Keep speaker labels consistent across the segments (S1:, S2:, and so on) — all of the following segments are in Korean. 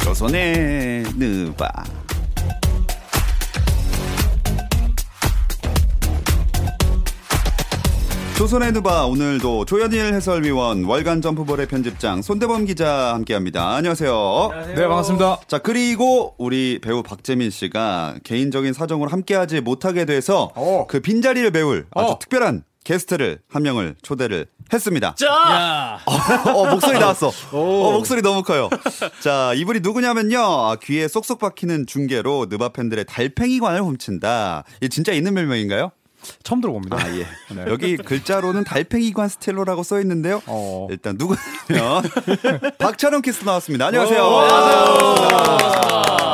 S1: 조선의 누바. 조선의 누바 오늘도 조현일 해설위원 월간 점프볼의 편집장 손대범 기자 함께합니다. 안녕하세요.
S2: 네, 반갑습니다.
S1: 자 그리고 우리 배우 박재민 씨가 개인적인 사정으로 함께하지 못하게 돼서
S2: 어.
S1: 그 빈자리를 메울 아주
S2: 어.
S1: 특별한 게스트를 한 명을 초대를 했습니다.
S3: 자,
S1: 어, 목소리 나왔어. 어, 목소리 너무 커요. 자, 이분이 누구냐면요. 아, 귀에 쏙쏙 박히는 중계로 느바 팬들의 달팽이관을 훔친다. 이 진짜 있는 별명인가요?
S2: 처음 들어봅니다.
S1: 아, 예.
S3: 네.
S1: 여기 글자로는 달팽이관 스텔로라고 써 있는데요.
S2: 어.
S1: 일단 누구냐면 박찬웅 키스 나왔습니다. 안녕하세요. 네,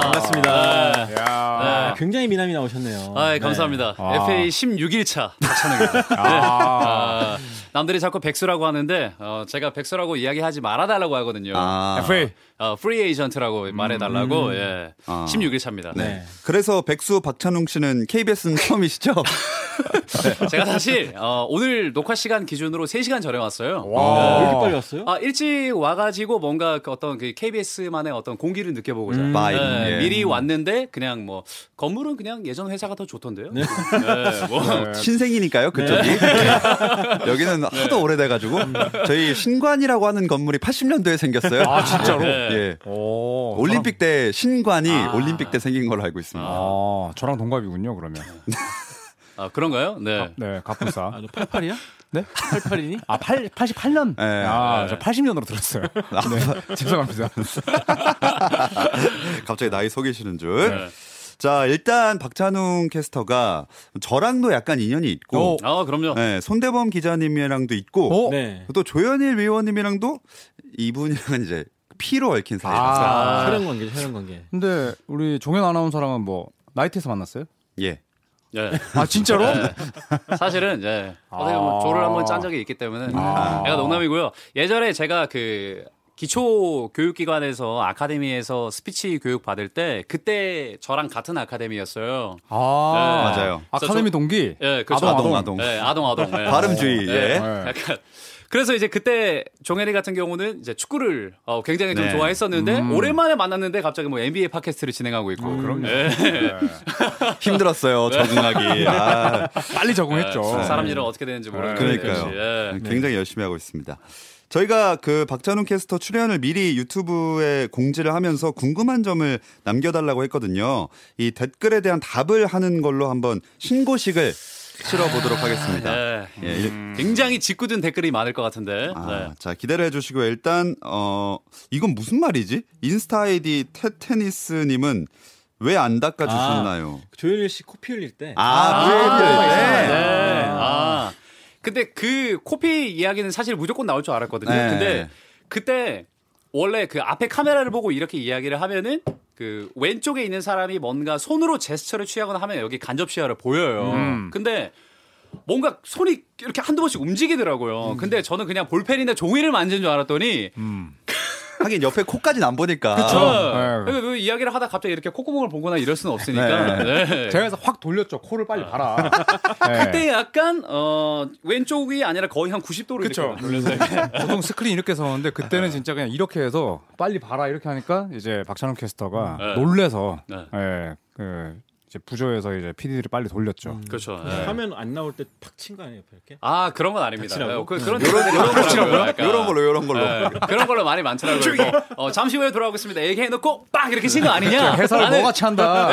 S3: 반갑습니다.
S2: 야.
S4: 아, 굉장히 미남이 어, 나오셨네요.
S3: 아, 예, 감사합니다.
S2: 아.
S3: FA 16일차 박찬욱입니다. 네.
S2: 아.
S3: 아, 남들이 자꾸 백수라고 하는데 어, 제가 백수라고 이야기하지 말아달라고 하거든요.
S1: 아,
S2: FA.
S3: 어, 프리 에이전트라고 말해달라고. 예.
S1: 아.
S3: 16일차입니다.
S1: 네. 그래서 백수 박찬웅 씨는 KBS는 처음이시죠?
S3: 네. 제가 사실 어, 오늘 녹화 시간 기준으로 3시간 전에 왔어요.
S4: 왜
S2: 와.
S4: 이렇게 빨리 왔어요?
S3: 아, 일찍 와가지고 뭔가 그 어떤 그 KBS만의 어떤 공기를 느껴보고자.
S1: 바이.
S3: 예,
S1: 예.
S3: 미리 왔는데 그냥 뭐 건물은 그냥 예전 회사가 더 좋던데요. 예, 뭐.
S1: 네. 신생이니까요 그쪽이
S2: 네.
S1: 네. 여기는 하도 오래돼가지고 저희 신관이라고 하는 건물이 80년도에 생겼어요.
S2: 아, 진짜로?
S1: 예.
S2: 오.
S1: 올림픽 때 신관이
S3: 아.
S1: 올림픽 때 생긴 걸로 알고 있습니다.
S2: 저랑, 아, 저랑 동갑이군요, 그러면.
S3: 아, 그런가요? 네.
S2: 네, 갑분싸.
S4: 아, 너 88이야?
S2: 네?
S4: 88이니?
S2: 아, 8, 88년?
S1: 예.
S2: 아,
S3: 네.
S2: 저 80년으로 들었어요. 네, 죄송합니다.
S1: 갑자기 나이 속이시는 줄.
S3: 네.
S1: 자 일단 박찬웅 캐스터가 저랑도 약간 인연이 있고,
S3: 아, 그럼요.
S1: 예, 손대범 기자님이랑도 있고,
S2: 어?
S4: 네.
S1: 또 조현일 위원님이랑도 이분이랑 이제 피로 얽힌 사이라서.
S2: 아.
S4: 촬영 관계, 촬영 관계.
S2: 근데 우리 종현 아나운서랑은 뭐, 나이트에서 만났어요?
S1: 예.
S3: 예.
S2: 아, 진짜로?
S3: 예. 사실은 예. 어떻게
S2: 아.
S3: 보면 조를 한번 짠 적이 있기 때문에
S2: 아.
S3: 제가 농담이고요. 예전에 제가 그 기초 교육기관에서 아카데미에서 스피치 교육 받을 때 그때 저랑 같은 아카데미였어요.
S2: 아,
S3: 네.
S1: 맞아요.
S2: 아카데미
S3: 저-
S2: 동기?
S3: 예, 그렇죠.
S2: 아동, 아동.
S1: 아동.
S3: 예, 아동 아동. 예.
S1: 발음주의.
S3: 예.
S1: 예.
S3: 약간 그래서 이제 그때 종현이 같은 경우는 이제 축구를 어, 굉장히 좀
S1: 네.
S3: 좋아했었는데 오랜만에 만났는데 갑자기 뭐 NBA 팟캐스트를 진행하고 예. 있고
S1: 음.
S3: 그럼요.
S1: 힘들었어요
S2: 네.
S1: 적응하기. 아,
S2: 빨리 적응했죠.
S3: 네, 사람 일은 어떻게 되는지 모르겠는데
S1: 네. 그러니까요.
S3: 역시, 예.
S1: 네, 굉장히 열심히 하고 있습니다. 저희가 그 박찬웅 캐스터 출연을 미리 유튜브에 공지를 하면서 궁금한 점을 남겨달라고 했거든요. 이 댓글에 대한 답을 하는 걸로 한번 신고식을 실어보도록 하겠습니다.
S3: 네.
S1: 예, 일-
S3: 굉장히 짓궂은 댓글이 많을 것 같은데. 네.
S1: 아, 자 기대를 해주시고요. 일단 어 이건 무슨 말이지? 인스타 아이디 테테니스님은 왜 안 닦아주셨나요?
S4: 조현일 씨 코피 흘릴 때.
S1: 아,
S3: 네.
S1: 아,
S3: 네.
S1: 네.
S3: 아. 근데 그 코피 이야기는 사실 무조건 나올 줄 알았거든요.
S1: 네.
S3: 근데 그때 원래 그 앞에 카메라를 보고 이렇게 이야기를 하면은 그 왼쪽에 있는 사람이 뭔가 손으로 제스처를 취하거나 하면 여기 간접 시야를 보여요. 근데 뭔가 손이 이렇게 한두 번씩 움직이더라고요.
S1: 음.
S3: 근데 저는 그냥 볼펜이나 종이를 만진 줄 알았더니
S1: 하긴 옆에 코까지는 안 보니까.
S3: 어,
S2: 네.
S3: 그 이야기를 하다 갑자기 이렇게 콧구멍을 보거나 이럴 수는 없으니까. 네.
S2: 제가 그래서 확 돌렸죠. 코를 빨리 봐라. 네.
S3: 아. 그때 약간 어 왼쪽이 아니라 거의 한 90도로
S2: 그쵸.
S3: 이렇게 돌려서 이렇게.
S2: 보통 스크린 이렇게 서는데 그때는 진짜 그냥 이렇게 해서 빨리 봐라 이렇게 하니까 이제 박찬욱 캐스터가
S3: 네.
S2: 놀래서
S3: 네.
S2: 예, 그 이제 부조에서 이제 PD를 빨리 돌렸죠.
S3: 그렇죠. 예.
S4: 화면 안 나올 때 팍 친 거 아니에요, 옆에 이렇게?
S3: 아 그런 건 아닙니다.
S4: 같이라고?
S3: 예, 그, 그런 요런 요런 네.
S1: 이런 걸로 이런 걸로.
S3: 그런 걸로 많이 많더라고요. 뭐, 어, 잠시 후에 돌아오겠습니다. 얘기해놓고 빡 이렇게 친거 아니냐?
S2: 회사를
S3: 나는-
S2: 너같이 한다.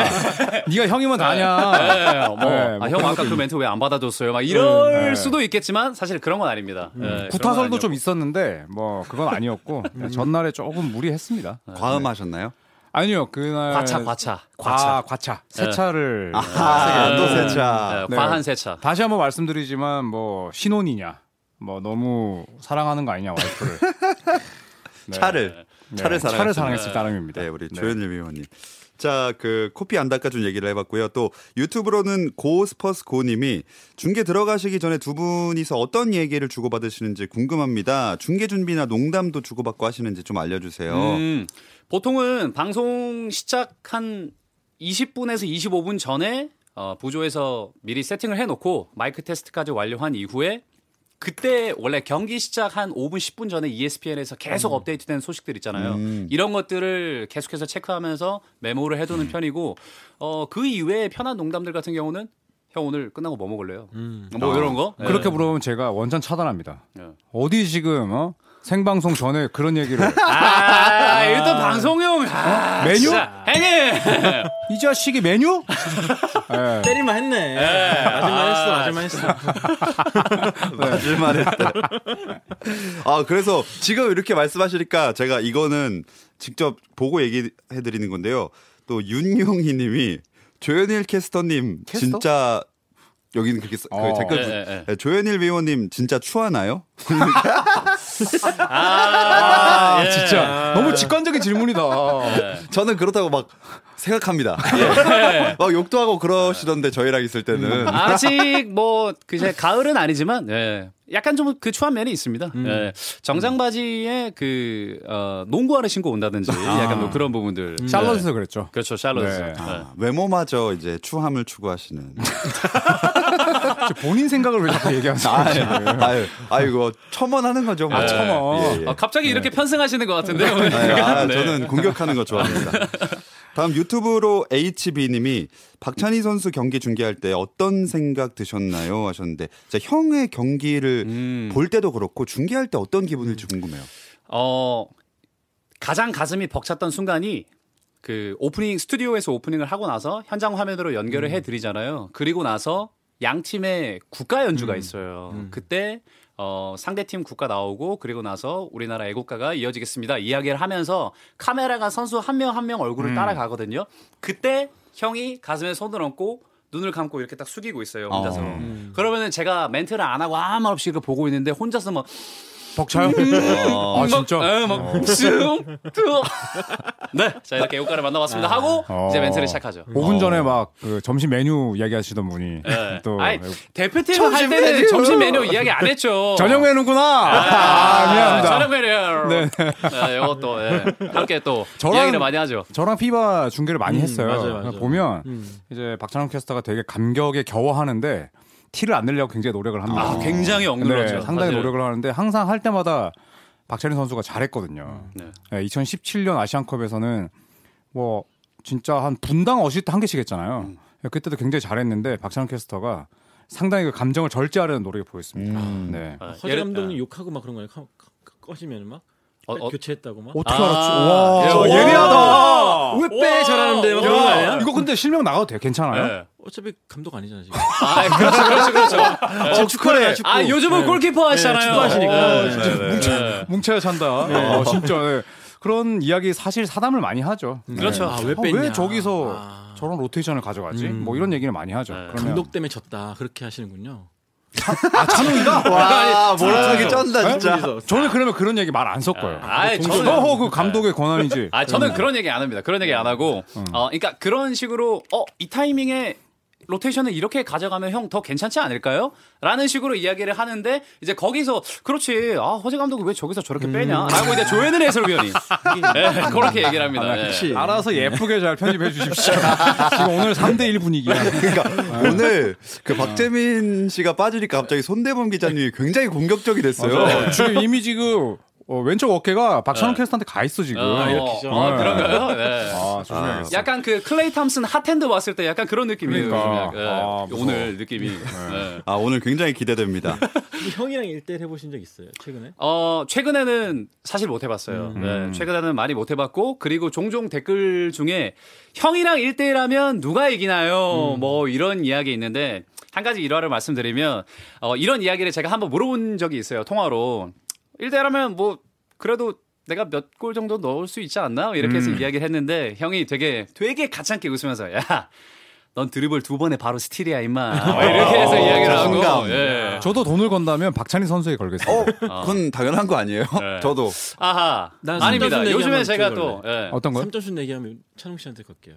S2: 네가 형이면 다냐.
S3: 예, 뭐,
S2: 네,
S3: 아,
S2: 뭐
S3: 형 아까 그 멘트 왜 안 받아줬어요? 막 이럴
S2: 네.
S3: 수도 있겠지만 사실 그런 건 아닙니다. 예, 그런 건
S2: 구타설도 좀
S3: 아니었고.
S2: 있었는데 뭐 그건 아니었고 그냥 전날에 조금 무리했습니다.
S1: 과음하셨나요?
S2: 아니요 그날 아,
S3: 과차 과차 과차
S2: 네.
S3: 네.
S2: 과, 과차 세차를
S1: 아, 또 세차.
S3: 예,
S2: 네.
S3: 과한 세차.
S2: 다시 한번 말씀드리지만 뭐 신혼이냐 뭐 너무 사랑하는 거 아니냐 와이프를 네.
S1: 차를 차를 사랑
S2: 차를 사랑했을 따름입니다.
S1: 네, 우리 조현일 위원님. 자, 그 코피 안 닦아준 얘기를 해봤고요. 또 유튜브로는 고스퍼스 고님이 중계 들어가시기 전에 두 분이서 어떤 얘기를 주고받으시는지 궁금합니다. 중계 준비나 농담도 주고받고 하시는지 좀 알려주세요.
S3: 음, 보통은 방송 시작한 20분에서 25분 전에 어, 부조에서 미리 세팅을 해놓고 마이크 테스트까지 완료한 이후에 그때 원래 경기 시작 한 5분 10분 전에 ESPN에서 계속 업데이트된 소식들 있잖아요.
S1: 음.
S3: 이런 것들을 계속해서 체크하면서 메모를 해두는 편이고 어, 그 이외에 편한 농담들 같은 경우는 형 오늘 끝나고 뭐 먹을래요?
S4: 음.
S3: 뭐 이런 거
S2: 그렇게 물어보면 제가 원천 차단합니다.
S3: 예.
S2: 어디 지금 어? 생방송 전에 그런 얘기를
S3: 아, 이거 또 방송용 아,
S2: 메뉴?
S3: 진짜. 행해.
S2: 이 자식이 메뉴? 예.
S4: 때리만 했네. 맞을만 했어, 맞을만 했어.
S1: 네. 맞을만 했다. 아, 그래서 지금 이렇게 말씀하시니까 제가 이거는 직접 보고 얘기해 드리는 건데요. 또 윤용희 님이 조현일 캐스터님 진짜 여기는 그렇게 써- 그
S2: 어.
S1: 댓글
S3: 예, 예,
S1: 네, 조현일 위원님 진짜 추하나요?
S2: 아,
S3: 예.
S2: 진짜 너무 직관적인 질문이다.
S1: 저는 그렇다고 막 생각합니다. 막 욕도 하고 그러시던데 저희랑 있을 때는
S3: 아직 뭐 그제 가을은 아니지만 예. 약간 좀 그 추한 면이 있습니다.
S1: 음.
S3: 예. 정장 바지에 그 어, 농구하는 신고 온다든지 약간 뭐 그런 부분들.
S2: 샬럿에서
S3: 예.
S2: 그랬죠.
S3: 그렇죠. 샬럿스.
S2: 네.
S1: 음. 아, 외모마저 이제 추함을 추구하시는
S2: 저 본인 생각을 왜 자꾸 얘기하세요?
S1: 아유, 네. 아이고 첨언하는 거죠. 뭐.
S2: 아, 첨언.
S1: 예, 예.
S3: 아, 갑자기 이렇게 편승하시는 것 같은데요. 오늘.
S1: 네, 아,
S3: 네.
S1: 저는 공격하는 거 좋아합니다. 다음 유튜브로 HB님이 박찬희 선수 경기 중계할 때 어떤 생각 드셨나요? 하셨는데 진짜 형의 경기를
S2: 음.
S3: 음.
S1: 볼 때도 그렇고 중계할 때 어떤 기분일지 궁금해요.
S3: 어, 가장 가슴이 벅찼던 순간이 그 오프닝 스튜디오에서 오프닝을 하고 나서 현장 화면으로 연결을 해드리잖아요. 그리고 나서 양 팀의 국가 연주가 있어요. 그때 어, 상대팀 국가 나오고 그리고 나서 우리나라 애국가가 이어지겠습니다. 이야기를 하면서 카메라가 선수 한 명 한 명 얼굴을 따라가거든요. 그때 형이 가슴에 손을 얹고 눈을 감고 이렇게 딱 숙이고 있어요. 혼자서.
S1: 어.
S3: 그러면은 제가 멘트를 안 하고 아무 말 없이 이렇게 보고 있는데 혼자서 막
S2: 벅차요? 아, 진짜?
S3: 예, 막 쭉, 쭉. 네, 자 이렇게 애국가를 만나봤습니다 하고
S2: 어.
S3: 이제 멘트를 시작하죠.
S2: 5분 전에 막그 점심 메뉴 얘기하시던 분이
S3: 예.
S2: 또 네.
S3: 아니, 대표팀 할 때는 점심 메뉴 이야기 안 했죠. 네.
S2: 저녁 메뉴구나. 아, 미안합니다.
S3: 어. 저녁 메뉴. 네, 이것도 예. 함께 또
S2: 저랑-
S3: 이야기를 많이 하죠.
S2: 저랑 피바 중계를 많이 했어요. 그러니까
S4: 맞아요, 맞아요.
S2: 보면
S4: 음.
S2: 이제 박찬욱 캐스터가 되게 감격에 겨워하는데 티를 안 내려고 굉장히 노력을 합니다.
S3: 아, 굉장히 억눌렀죠.
S2: 네, 상당히
S3: 사실은.
S2: 노력을 하는데 항상 할 때마다 박찬희 선수가 잘했거든요.
S3: 네.
S2: 네, 2017년 아시안컵에서는 뭐 진짜 한 분당 어시스트 한 개씩 했잖아요. 네, 그때도 굉장히 잘했는데 박찬욱 캐스터가 상당히 그 감정을 절제하려는 노력이 보였습니다.
S1: 음.
S2: 네.
S3: 아,
S4: 허재
S3: 예를-
S4: 감독님 욕하고 막 그런 거예요. 커- 커- 커- 꺼지면 막
S3: 어, 어.
S4: 교체했다고 막.
S2: 어떻게
S3: 아,
S2: 알았지? 와,
S3: 예,
S2: 예리하다.
S4: 왜 빼? 저라는데 막 그런 거
S2: 야,
S4: 아니야?
S2: 이거 근데 실명 나가도 돼? 괜찮아요?
S3: 네.
S4: 어차피 감독 아니잖아 지금.
S3: 아, 그렇죠, 그렇죠, 그렇죠.
S4: 어, 축구래.
S3: 아, 요즘은
S2: 네.
S3: 골키퍼 하시잖아요.
S4: 축구하시니까.
S3: 어,
S1: 네, 네, 네.
S3: 네.
S2: 뭉쳐야 산다. 어, 진짜 네. 그런 이야기 사실 사담을 많이 하죠.
S3: 그렇죠.
S4: 아,
S2: 네.
S4: 왜
S2: 어,
S4: 뺐냐?
S2: 왜 저기서
S4: 아.
S2: 저런 로테이션을 가져가지? 뭐 이런 얘기는 많이 하죠.
S3: 음. 네.
S2: 그러면
S4: 감독 때문에 졌다 그렇게 하시는군요.
S1: 와, 몰락하게 아, 쩐다
S4: 둘이서.
S2: 네? 저는 그러면 그런 얘기 말 안 섞어요.
S3: 아이, 저는- 네.
S2: 허허 그 감독의 권한이지.
S3: 아 저는 그런 얘기 안 합니다. 그런
S2: 네.
S3: 얘기 안 하고,
S2: 음.
S3: 어, 그러니까 그런 식으로 어 이 타이밍에 로테이션을 이렇게 가져가면 형 더 괜찮지 않을까요? 라는 식으로 이야기를 하는데 이제 거기서 그렇지 아 허재 감독이 왜 저기서
S2: 음.
S3: 저렇게 빼냐라고 이제 조현일 해설위원이 네, 그렇게 얘기를 합니다. 예.
S4: 그렇지.
S2: 알아서 예쁘게 잘 편집해 주십시오. 지금 오늘 3대1 분위기야.
S1: 그러니까
S2: 네.
S1: 오늘 그 박재민 씨가 빠지니까 갑자기 손대범 기자님이 굉장히 공격적이 됐어요.
S2: 어, 지금 이미 지금 어, 왼쪽 어깨가 박찬호 캐스터한테 가 있어 지금.
S3: 어,
S4: 이렇게죠.
S3: 어,
S2: 네.
S3: 그런가요? 네.
S2: 아, 조심해야겠어.
S3: 약간 그 클레이 탐슨 핫핸드 왔을 때 약간 그런 느낌이에요.
S2: 그러니까.
S3: 요즘 약- 예.
S2: 아, 무서워. 네.
S3: 오늘 느낌이. 예.
S1: 아, 오늘 굉장히 기대됩니다.
S4: 형이랑 1대1 해보신 적 있어요 최근에? 음.
S3: 어, 최근에는 사실 못 해봤어요. 네, 최근에는 많이 못 해봤고, 그리고 종종 댓글 중에 형이랑 1대1 하면 누가 이기나요?
S4: 음.
S3: 뭐 이런 이야기 있는데, 한 가지 일화를 말씀드리면, 어, 이런 이야기를 제가 한번 물어본 적이 있어요. 통화로. 1대1 하면 뭐, 그래도 내가 몇 골 정도 넣을 수 있지 않나?
S4: 음.
S3: 이렇게 해서 이야기를 했는데, 형이 되게, 되게 가창게 웃으면서, 야! 넌 드리블 두 번에 바로 스틸이야,
S4: 어.
S3: 임마. 이렇게 해서 이야기를 하고.
S1: 자신감.
S3: 예.
S2: 저도 돈을 건다면 박찬희 선수에 걸겠습니다.
S1: 어, 그건 당연한 거 아니에요?
S3: 네.
S1: 저도.
S3: 아하.
S4: 난
S3: 아닙니다.
S4: 삼점수
S3: 요즘에
S4: 얘기하면
S3: 제가
S4: 좀
S3: 또, 예.
S2: 어떤 거요?
S4: 3점슛 내기하면 찬웅 씨한테 갈게요.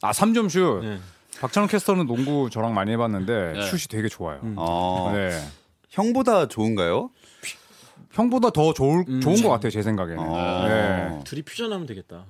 S2: 아, 3점 슛.
S4: 네.
S2: 박찬호 캐스터는 농구 저랑 많이 해봤는데
S3: 네.
S2: 슛이 되게 좋아요.
S1: 어,
S2: 네.
S1: 형보다 좋은가요?
S2: 형보다 더 좋을,
S4: 음.
S2: 좋은 것 같아요, 제 생각에는.
S1: 어.
S2: 네.
S4: 둘이 퓨전하면 되겠다.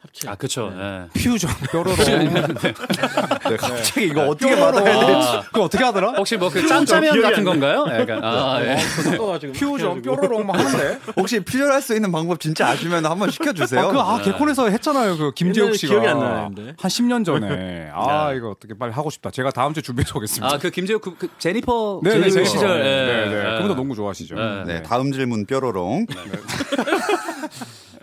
S4: 합체.
S3: 아, 그쵸. 예.
S2: 퓨전 뾰로로.
S1: 네, 갑자기 이거 어떻게 받아야 돼?
S3: 아,
S2: 그거 어떻게 하더라?
S3: 혹시 뭐 그 짬짜면
S4: 기억이 안
S3: 같은 건가요? 약간. 아, 예.
S4: 섞어가지고
S2: 퓨전
S4: 해가지고.
S2: 뾰로로 막 하는데.
S1: 혹시 퓨전할 수 있는 방법 진짜 아시면 한번 시켜주세요. 네.
S2: 아, 그, 아, 개콘에서 했잖아요. 그, 김재욱
S4: 옛날에
S2: 씨가.
S4: 기억이 안 나요, 근데.
S2: 한 10년 전에. 아, 이거 어떻게 빨리 하고 싶다. 제가 다음 주에 준비해서 오겠습니다.
S3: 아, 그 김재욱 그, 그 제니퍼
S2: 어. 네, 네,
S3: 제니퍼
S2: 네.
S3: 시절. 예.
S2: 네, 네.
S3: 예.
S2: 그분도 농구 좋아하시죠.
S3: 네.
S1: 네, 다음 질문 뾰로롱.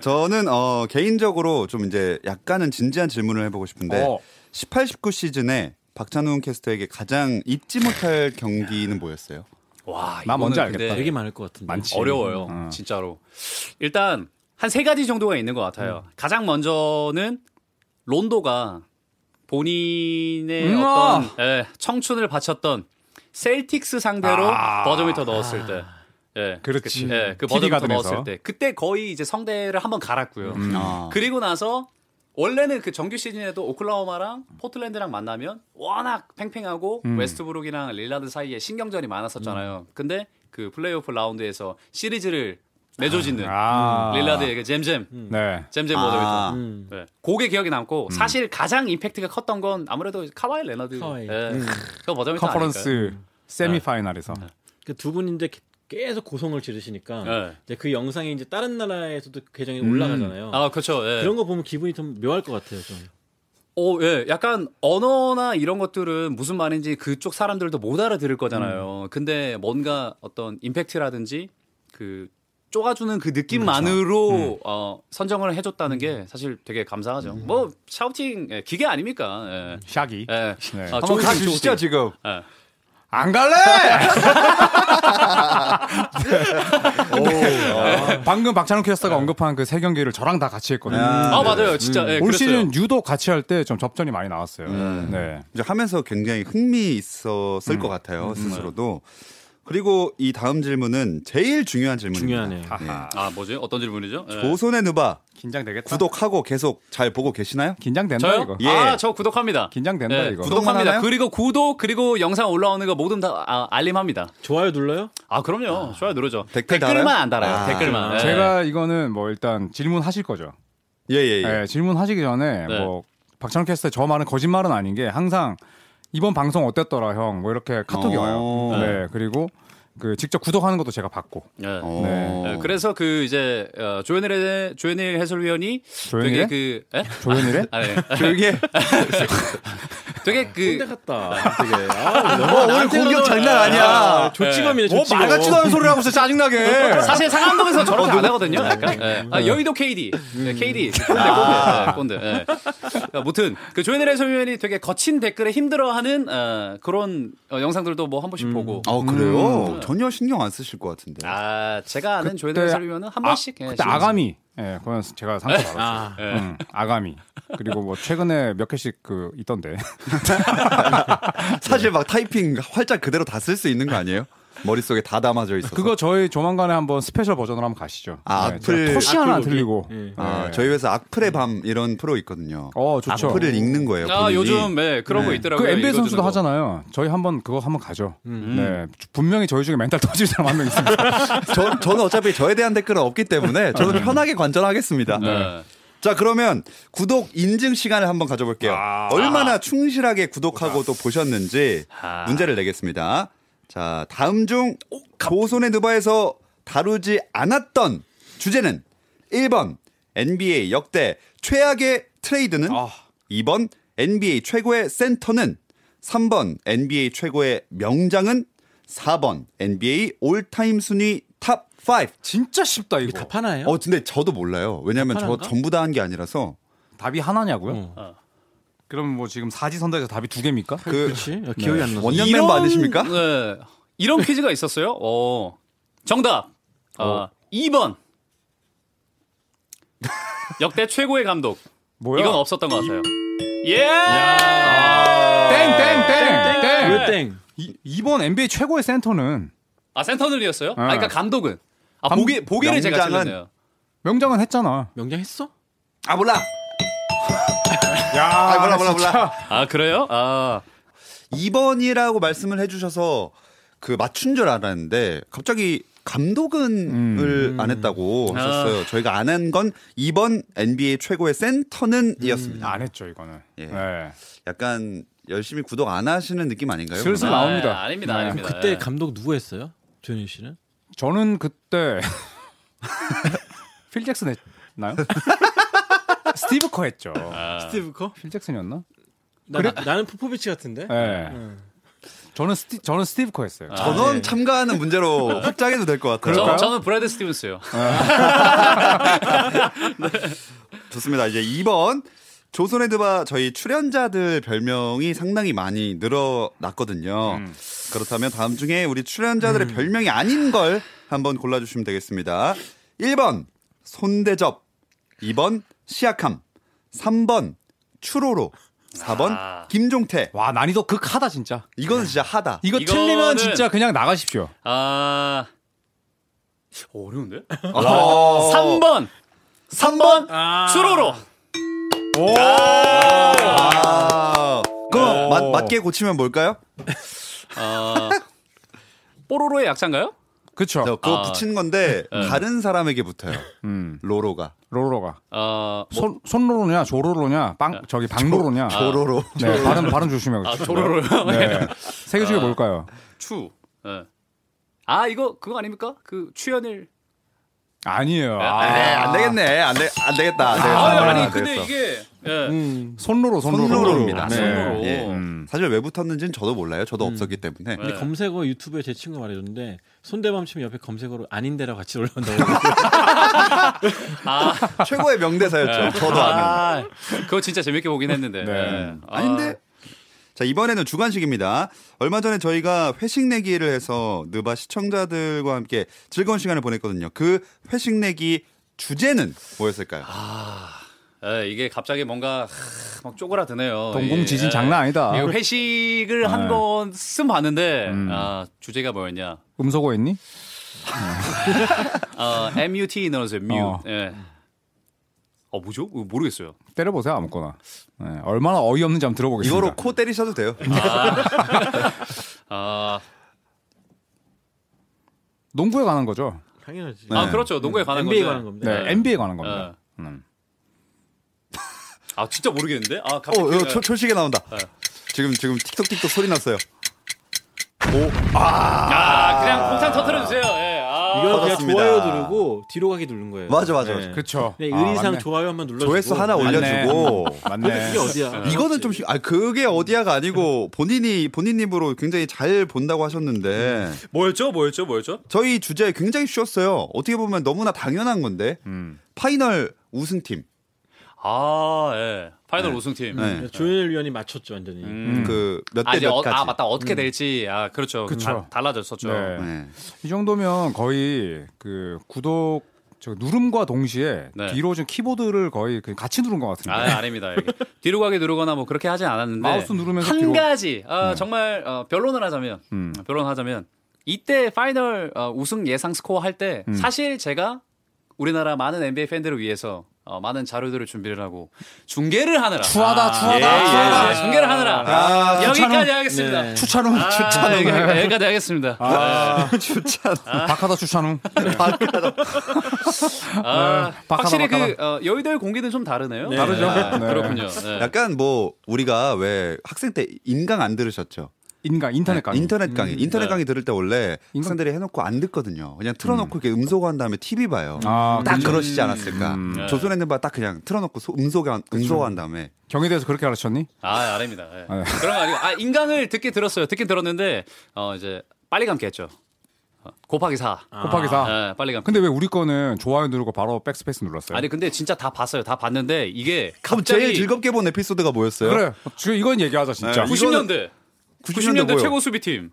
S1: 저는 어, 개인적으로 좀 이제 약간은 진지한 질문을 해보고 싶은데
S2: 어.
S1: 18, 19 시즌에 박찬웅 캐스터에게 가장 잊지 못할 경기는 뭐였어요?
S3: 와,
S2: 나 뭔지
S3: 이거는 근데
S2: 알겠다.
S4: 되게 많을 것 같은데.
S2: 많지.
S3: 어려워요.
S2: 음.
S3: 진짜로. 일단 한 세 가지 정도가 있는 것 같아요.
S2: 음.
S3: 가장 먼저는 론도가 본인의
S2: 음,
S3: 어떤 예, 청춘을 바쳤던 셀틱스 상대로
S2: 아.
S3: 버저미터 넣었을 때. 예,
S2: 그렇지.
S3: 그- 예, 그
S2: TD
S3: 버저미터
S2: 가든에서. 음.
S3: 넣었을 때. 그때 거의 이제 성대를 한번 갈았고요.
S1: 아.
S3: 그리고 나서 원래는 그 정규 시즌에도 오클라호마랑 포틀랜드랑 만나면 워낙 팽팽하고
S2: 음.
S3: 웨스트브룩이랑 릴라드 사이에 신경전이 많았었잖아요. 근데 그 플레이오프 라운드에서 시리즈를 내조짓는
S2: 아.
S3: 네. 릴라드의 그 잼잼
S2: 네.
S3: 잼잼
S1: 아.
S3: 모더미터.
S4: 음.
S3: 네. 그게 기억에
S2: 음.
S3: 남고 사실 가장 임팩트가 컸던 건 아무래도 카와이 레너드.
S4: 카와이.
S3: 예. 그 모더미터 아닐까요?
S2: 음. 컨퍼런스 세미파이널에서.
S4: 그 두 분 이제 계속 고성을 지르시니까
S3: 네.
S4: 이제 그 영상이 이제 다른 나라에서도 계정에 올라가잖아요.
S3: 아 그렇죠. 예.
S4: 그런 거 보면 기분이 좀 묘할 것 같아요. 좀.
S3: 어, 예. 약간 언어나 이런 것들은 무슨 말인지 그쪽 사람들도 못 알아들을 거잖아요. 근데 뭔가 어떤 임팩트라든지 그 쪼가주는 그 느낌만으로 어, 선정을 해줬다는 게 사실 되게 감사하죠. 뭐 샤우팅 예, 기계 아닙니까? 예.
S2: 샤기.
S3: 예.
S2: 네.
S3: 아,
S1: 한번
S3: 좋은
S1: 가주시죠
S3: 팀, 좋은 팀.
S1: 지금.
S3: 예.
S2: 안 갈래!
S1: 아.
S2: 네. 방금 박찬욱 캐스터가 언급한 그 세 경기를 저랑 다 같이 했거든요.
S1: 아,
S3: 아 맞아요, 진짜. 예,
S2: 올
S3: 그랬어요.
S2: 시즌 유독 같이 할 때 좀 접전이 많이 나왔어요.
S1: 음.
S2: 네.
S1: 이제 하면서 굉장히 흥미 있었을 것 같아요 스스로도. 그리고 이 다음 질문은 제일 중요한 질문입니다.
S4: 중요하네요.
S1: 아하.
S3: 아 뭐지? 어떤 질문이죠? 예.
S1: 조선의 누바
S2: 긴장되겠다.
S1: 구독하고 계속 잘 보고 계시나요?
S2: 긴장된다
S3: 저요?
S2: 이거.
S1: 예.
S3: 아, 저 구독합니다. 예,
S2: 긴장된다, 이거.
S1: 구독만
S3: 구독합니다.
S1: 하나요?
S3: 그리고 구독 그리고 영상 올라오는 거 모두 다 아, 알림합니다.
S4: 좋아요 눌러요?
S3: 아 그럼요. 좋아요 누르죠.
S1: 댓글
S3: 만
S1: 달아요?
S3: 안 달아요.
S1: 아.
S3: 댓글만. 예.
S2: 제가 이거는 뭐 일단 질문하실 거죠.
S1: 예예예.
S2: 예, 질문하시기 전에
S3: 네.
S2: 뭐 박찬욱 캐스터 저 말은 거짓말은 아닌 게 항상 이번 방송 어땠더라 형 뭐 이렇게 카톡이
S1: 어.
S2: 와요. 네 그리고 그 직접 구독하는 것도 제가 받고
S3: 예.
S1: 어.
S2: 네.
S3: 예, 그래서 그 이제 어, 조현일의 조현일 해설위원이
S2: 조현일의?
S3: 되게 그 예?
S2: 조현일의
S3: 아, 예.
S1: 조용히 해.
S3: 되게
S4: 군대
S3: 그
S4: 갔다. 되게. 아,
S1: 어, 오늘 공격 장난 아니야.
S4: 조직업이네,
S2: 뭐
S4: 조직업.
S2: 말 같지도 않은 소리 하고 있어 짜증나게.
S3: 사실 상암동에서
S2: 어,
S3: 저런 거안 하거든요.
S2: 네.
S3: 약간 예.
S2: 음.
S3: 아, 여의도 KD, 예, KD 꼰대
S2: 아.
S3: 꼰대 예, 꼰대. 예. 그러니까 무튼 그 조현일 해설위원이 되게 거친 댓글에 힘들어하는 어, 그런 어, 영상들도 뭐
S2: 음.
S3: 한 번씩 보고.
S1: 어 그래요? 전혀 신경 안 쓰실 것 같은데.
S3: 아 제가 아는 조현일
S2: 그때-
S3: 해설위원은 한 번씩 예,
S2: 그때
S3: 신경 쓰-
S2: 아가미. 예, 그건 제가 상처 받았어요.
S4: 아,
S3: 예.
S2: 음, 아가미. 그리고 뭐 최근에 몇 개씩 그 있던데. 네.
S1: 사실 막 타이핑 활짝 그대로 다 쓸 수 있는 거 아니에요? 머릿속에 다 담아져 있어서.
S2: 그거 저희 조만간에 한번 스페셜 버전으로 한번 가시죠.
S1: 아,
S2: 네,
S1: 악플-
S2: 제가 토시 하나 안
S4: 악플
S2: 틀리고.
S4: 보기. 예.
S1: 아,
S2: 네.
S1: 저희 회사 악플의 밤 이런 프로 있거든요.
S2: 어, 좋죠.
S1: 악플을 읽는 거예요.
S3: 아
S1: 본인이.
S3: 요즘 예, 그런 거 있더라고요.
S2: 그 NBA
S3: 읽어주는
S2: 선수도
S3: 거.
S2: 하잖아요. 저희 한번 그거 한번 가죠.
S1: 음.
S2: 네. 분명히 저희 중에 멘탈 터질 사람 한 명 있습니다.
S1: 저, 저는 어차피 저에 대한 댓글은 없기 때문에 저는
S2: 네.
S1: 편하게 관전하겠습니다.
S3: 네.
S1: 자 그러면 구독 인증 시간을 한번 가져볼게요. 얼마나 충실하게 구독하고 또 보셨는지
S3: 아.
S1: 문제를 내겠습니다. 자 다음 중 고손의 누바에서 다루지 않았던 주제는 1번 NBA 역대 최악의 트레이드는 2번 NBA 최고의 센터는 3번 NBA 최고의 명장은 4번 NBA 올타임 순위 탑 5.
S2: 진짜 쉽다 이거.
S4: 답 하나예요?
S1: 어 근데 저도 몰라요. 왜냐면 저
S4: 하나인가?
S1: 전부 다 한 게 아니라서
S2: 답이 하나냐고요?
S4: 어.
S2: 그럼 뭐 지금 사지선다에서 답이 두 개입니까?
S1: 그
S4: 그렇지. 아, 기억이 안 나.
S1: 원년 멤버 아니십니까?
S3: 네. 이런 퀴즈가 있었어요. 어. 정답. 어, 2번. 역대 최고의 감독.
S2: 뭐야?
S3: 이건 없었던 것 같아요. 예!
S2: 땡땡땡 땡.
S4: 왜 땡?
S2: 이- 이번 NBA 최고의 센터는
S3: 아, 센터널이었어요? 아,
S2: 네.
S3: 그러니까 감독은. 아,
S2: 감-
S3: 보기, 보기를 제가
S1: 명장은-
S3: 틀렸네요.
S2: 명장은 했잖아.
S4: 명장 했어?
S1: 아 몰라.
S2: 야,
S1: 아 몰라 몰라 몰라.
S3: 아, 그래요? 아.
S1: 2번이라고 말씀을 해주셔서 그 맞춘 줄 알았는데 갑자기 감독은을 안 했다고
S3: 아.
S1: 하셨어요. 저희가 안 한 건 이번 NBA 최고의 음. 센터는이었습니다.
S2: 안 했죠 이거는.
S1: 예.
S2: 네.
S1: 약간 열심히 구독 안 하시는 느낌 아닌가요?
S2: 슬슬
S1: 그러면?
S2: 나옵니다.
S3: 아, 닙니다
S2: 네.
S3: 아닙니다.
S4: 그때
S3: 예.
S4: 감독 누구 했어요? 조현일 씨는?
S2: 저는 그때 필 잭슨 했나요? 스티브 커 했죠.
S4: 스티브 커?
S2: 필 잭슨이었나?
S4: 나, 나는 포포비치 같은데.
S1: 아,
S2: 예. 저는 스티 저는 스티브 커 했어요.
S1: 전원 참가하는 문제로 확장해도 될 것 같아요.
S3: 저, 저는 브래드 스티븐스요.
S1: 좋습니다. 이제 2번 조선의 드바 저희 출연자들 별명이 상당히 많이 늘어났거든요. 그렇다면 다음 중에 우리 출연자들의 별명이 아닌 걸 한번 골라주시면 되겠습니다. 1번 손대접, 2번 시약함, 3번 추로로, 4번
S3: 아.
S1: 김종태.
S2: 와 난이도 극하다 진짜.
S1: 이거는 진짜 하다.
S2: 이거
S3: 이거는-
S2: 틀리면 진짜 그냥 나가십시오.
S3: 아 어려운데?
S1: 어.
S3: 아, 3번 3번 추로로.
S1: 아. 그럼
S2: 오.
S1: 맞, 맞게 고치면 뭘까요?
S3: 아, 뽀로로의 약자인가요?
S2: 그렇죠.
S1: 저 그거
S3: 아.
S1: 붙인 건데 다른 사람에게 붙어요.
S2: 음.
S1: 로로가.
S2: 로로가
S3: 아, 뭐,
S2: 손 손로로냐 조로로냐 빵 저기 방로로냐.
S1: 로로로.
S2: 네, 발음 발음 조심해요.
S3: 아 조로로요.
S2: 네. 세개 중에
S3: 아.
S2: 뭘까요?
S3: 추. 예. 아 이거 그거 아닙니까? 그 추연일.
S2: 아니에요.
S1: 아,
S2: 아,
S1: 네, 안 되겠네. 안, 되, 안 되겠다. 안 되겠다.
S3: 아,
S1: 안
S4: 네,
S3: 니 근데
S1: 되겠어.
S3: 이게 예.
S4: 음.
S2: 손로로 손로로.
S1: 손로로입니다.
S2: 네.
S3: 손로로.
S1: 예.
S2: 음.
S1: 사실 왜 붙었는지는 저도 몰라요. 저도 없었기 때문에.
S4: 근데
S3: 네.
S4: 검색어 유튜브에 제 친구가 말해줬는데 손대범 치면 옆에 검색어로 아닌데라고 같이 올라온다고.
S1: 최고의 명대사였죠. 저도 아는.
S3: 아, 그거 진짜 재밌게 보긴 했는데.
S2: 네.
S3: 예. 아,
S1: 아닌데. 자, 이번에는 주간식입니다. 얼마 전에 저희가 회식 내기를 해서 느바 시청자들과 함께 즐거운 시간을 보냈거든요. 그 회식 내기 주제는 뭐였을까요?
S3: 예, 이게 갑자기 뭔가 하, 막 쪼그라드네요.
S2: 동공
S3: 이,
S2: 지진
S3: 예.
S2: 장난 아니다.
S3: 이거 회식을 한
S2: 네.
S3: 건쓴 봤는데
S2: 음.
S3: 아, 주제가 뭐였냐?
S2: 음소거 했니?
S3: 어, MUT 인원수 뮤.
S2: 어.
S3: 예. 어 뭐죠? 이거 모르겠어요.
S2: 때려보세요 아무거나. 네, 얼마나 어이없는지 한번 들어보겠습니다.
S1: 이거로 코 때리셔도 돼요.
S3: 아,
S2: 농구에 관한 거죠.
S4: 당연하지.
S3: 아
S1: 네.
S3: 그렇죠. 농구에 관한
S4: NBA
S3: 건데.
S4: 관한 겁니다.
S2: 네,
S3: 네.
S2: NBA에 관한 겁니다. 음.
S3: 아 진짜 모르겠는데. 아 갑자기.
S1: 어, 이거 초, 초식에 나온다.
S3: 네.
S1: 지금 지금 틱톡틱톡 소리 났어요.
S3: 아 그냥 폭탄 터트려 주세요. 예. 아.
S4: 이거 그냥
S1: 받았습니다.
S4: 좋아요 누르고 뒤로 가게 누른 거예요.
S1: 맞아, 맞아, 맞아.
S2: 그쵸.
S4: 그냥
S2: 아,
S4: 의리상
S2: 맞네.
S4: 좋아요 한번 눌러.
S1: 조회수 하나 올려주고
S4: 근데
S2: 맞네.
S4: 그게 어디야?
S1: 이거는 좀 쉽- 아, 그게 어디야가 아니고 본인이 본인 입으로 굉장히 잘 본다고 하셨는데
S3: 뭐였죠? 뭐였죠? 뭐였죠?
S1: 저희 주제 굉장히 쉬웠어요. 어떻게 보면 너무나 당연한 건데
S2: 음.
S1: 파이널 우승팀
S3: 아 예. 파이널 우승팀.
S1: 네.
S4: 조현일 위원이 맞췄죠 완전히.
S3: 음.
S1: 그 몇
S3: 아,
S1: 대
S3: 이제 어,
S1: 몇까지.
S3: 아 맞다 어떻게 될지 아 그렇죠
S2: 그쵸.
S3: 다- 달라졌었죠
S2: 네.
S1: 네.
S2: 이 정도면 거의 그 구독 저 누름과 동시에
S3: 네.
S2: 뒤로 좀 키보드를 거의 그 같이 누른 것
S3: 아
S2: 같은데.
S3: 아닙니다 이렇게 뒤로 가게 누르거나 뭐 그렇게 하진 않았는데
S2: 마우스 누르면서
S3: 한
S2: 뒤로-
S3: 가지 아, 정말 어, 변론을 하자면
S2: 음.
S3: 변론을 하자면 이때 파이널 어, 우승 예상 스코어 할 때 사실 제가 우리나라 많은 NBA 팬들을 위해서 어, 많은 자료들을 준비를 하고 중계를 하느라
S2: 추하다, 추하다,
S3: 예,
S2: 추하다.
S3: 예, 예, 중계를 하느라
S1: 아,
S3: 여기까지 하겠습니다
S4: 네.
S2: 추찬웅,
S3: 아, 여기- 여기까지, 하겠습니다
S2: 아,
S1: 추천.
S2: 박하다 추찬웅.
S3: 아,
S2: 박하다,
S3: 확실히 그
S2: 박하다.
S3: 어, 여의도의 공기는 좀 다르네요
S4: 네.
S2: 다르죠?
S3: 아,
S2: 네.
S3: 그렇군요 네.
S1: 약간 뭐 우리가 왜 학생 때 인강 안 들으셨죠?
S2: 인가 인터넷
S1: 아,
S2: 강의.
S1: 인터넷 강의. 인터넷
S3: 네.
S1: 강의 들을 때 원래
S2: 인강-
S1: 학생들이 해놓고 안 듣거든요. 그냥 틀어놓고 이렇게 음소거 한 다음에 TV 봐요.
S2: 아,
S1: 딱
S2: 그렇죠.
S1: 그러시지 않았을까?
S2: 음.
S1: 조선의 는바 딱 그냥 틀어놓고 소- 음소거 음소거 한 다음에
S2: 경희대에서 그렇게 가르쳤니?
S3: 아, 아닙니다. 예.
S2: 아, 네.
S3: 그런 거 아니고 아 인강을 듣게 들었어요. 듣긴 들었는데 어 이제 빨리 감기 했죠. 어, 곱하기 4.
S2: 아. 곱하기 4.
S3: 예, 빨리 감기.
S2: 근데 왜 우리 거는 좋아요 누르고 바로 백스페이스 눌렀어요?
S3: 아니 근데 진짜 다 봤어요. 다 봤는데 이게
S1: 그럼
S3: 갑자기
S1: 제일 즐겁게 본 에피소드가 뭐였어요?
S2: 그래. 지금 이건 얘기하자 진짜.
S1: 네.
S3: 90년대 90년대,
S1: 뭐요?
S3: 최고 수비팀.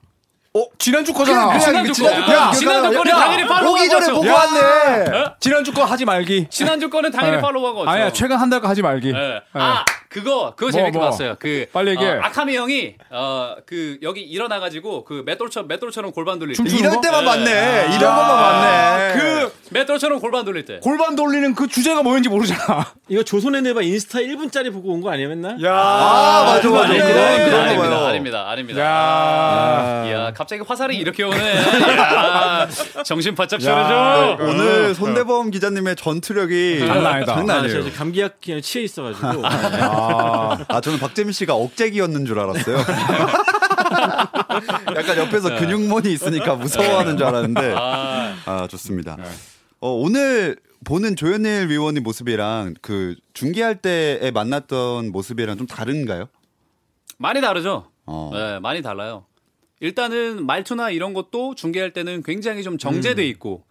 S2: 지난주 거잖아.
S3: 지난주 거. 지난주 거는 당연히 팔로우
S1: 오기 전에 보고 왔네.
S2: 지난주 거 하지 말기.
S3: 지난주 거는 당연히
S2: 네.
S3: 팔로우하고
S2: 아니야 최근 한 달 거 하지 말기.
S3: 예.
S2: 네.
S3: 아 그거 그거
S2: 뭐,
S3: 재밌게
S2: 뭐.
S3: 봤어요. 그
S2: 빨리 얘기해.
S3: 어, 아카미 형이 어 그 여기 일어나 가지고 그 맷돌처럼 맷돌처럼 골반 돌릴 때
S2: 춤추는
S1: 이럴
S2: 거?
S1: 때만
S3: 네.
S1: 봤네. 이런 것만 봤네.
S2: 그
S3: 맷돌처럼 골반 돌릴 때.
S2: 골반 돌리는 그 주제가 뭐였는지 모르잖아.
S4: 이거 조선의 네바 인스타 1분짜리 보고 온 거 아니야 맨날?
S2: 야,
S1: 아, 맞아,
S3: 그거
S1: 맞아.
S3: 아닙니다.
S1: 그런
S2: 네.
S1: 거
S3: 아닙니다.
S1: 봐요.
S3: 아닙니다. 아닙니다.
S2: 야.
S3: 이야, 갑자기 화살이 이렇게 오네. 이야, 정신 바짝 차려줘.
S2: 네.
S1: 오늘 손대범 기자님의 전투력이
S2: 장난 아니다.
S1: 장난
S4: 아,
S1: 아니에요.
S4: 제가 감기약 그냥 취해 있어가지고 네.
S1: 아, 아, 저는 박재민 씨가 억제기였는 줄 알았어요. 약간 옆에서 근육몬이 있으니까 무서워하는 줄 알았는데
S3: 아,
S1: 아 좋습니다. 어, 오늘 보는 조현일 위원의 모습이랑 그 중계할 때에 만났던 모습이랑 좀 다른가요?
S3: 많이 다르죠.
S1: 어.
S3: 네, 많이 달라요. 일단은 말투나 이런 것도 중계할 때는 굉장히 좀
S2: 음.
S3: 정제돼 있고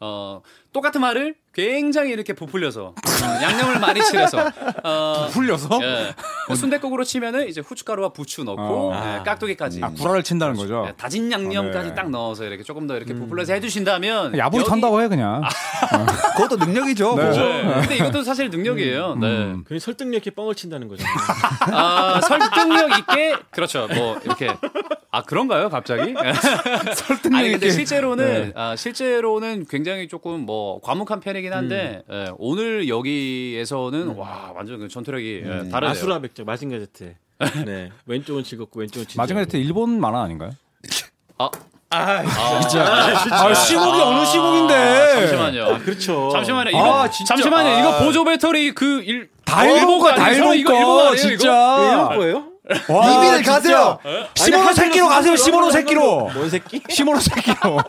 S3: 어, 똑같은 말을 굉장히 이렇게 부풀려서 어, 양념을 많이 칠해서 어,
S2: 풀려서?
S3: 예. 순대국으로 치면은 이제 후춧가루와 부추 넣고
S2: 어.
S3: 예, 깍두기까지
S2: 아, 구라를 친다는 거죠.
S3: 예, 다진 양념까지
S2: 아, 네. 음. 아,
S3: 딱 넣어서 이렇게 조금 더 이렇게 부풀려서 해주신다면
S2: 야불이
S3: 여기- 아,
S2: 탄다고 해 그냥.
S1: 그것도 능력이죠.
S2: 네.
S1: 뭐.
S3: 네. 근데 이것도 사실 능력이에요. 네.
S4: 그냥 설득력 있게 뻥을 친다는 거죠.
S3: 아, 설득력 있게 그렇죠. 뭐 이렇게 아 그런가요, 갑자기? 설득력 아니
S2: 있게.
S3: 근데
S2: 네.
S3: 실제로는 아, 실제로는 굉장히 조금 뭐 과묵한 편이긴 한데
S2: 음.
S3: 예, 오늘 여기에서는 와 완전 그 전투력이 예, 다르네요.
S4: 아수라 백작 마징가 제트. 네 왼쪽은 즐겁고 왼쪽은 진지.
S2: 마징가 제트 일본 만화 아닌가요?
S3: 아,
S2: 아, 시국이 어느 시국인데?
S3: 아, 잠시만요.
S2: 네.
S4: 그렇죠.
S3: 잠시만요. 이거
S2: 아, 진짜.
S3: 잠시만요.
S2: 아.
S3: 이거 보조 배터리 그 일,
S2: 다 일본 거야, 다 일본
S3: 아니에요? 어? 이거 일본
S2: 거,
S3: 아니에요, 이거?
S4: 왜
S2: 네,
S4: 이런
S2: 진짜.
S4: 거예요?
S1: 이민을 가세요.
S2: 시모노 새끼로 가세요, 시모노 새끼로.
S4: 뭔 새끼?
S2: 시모노 새끼로.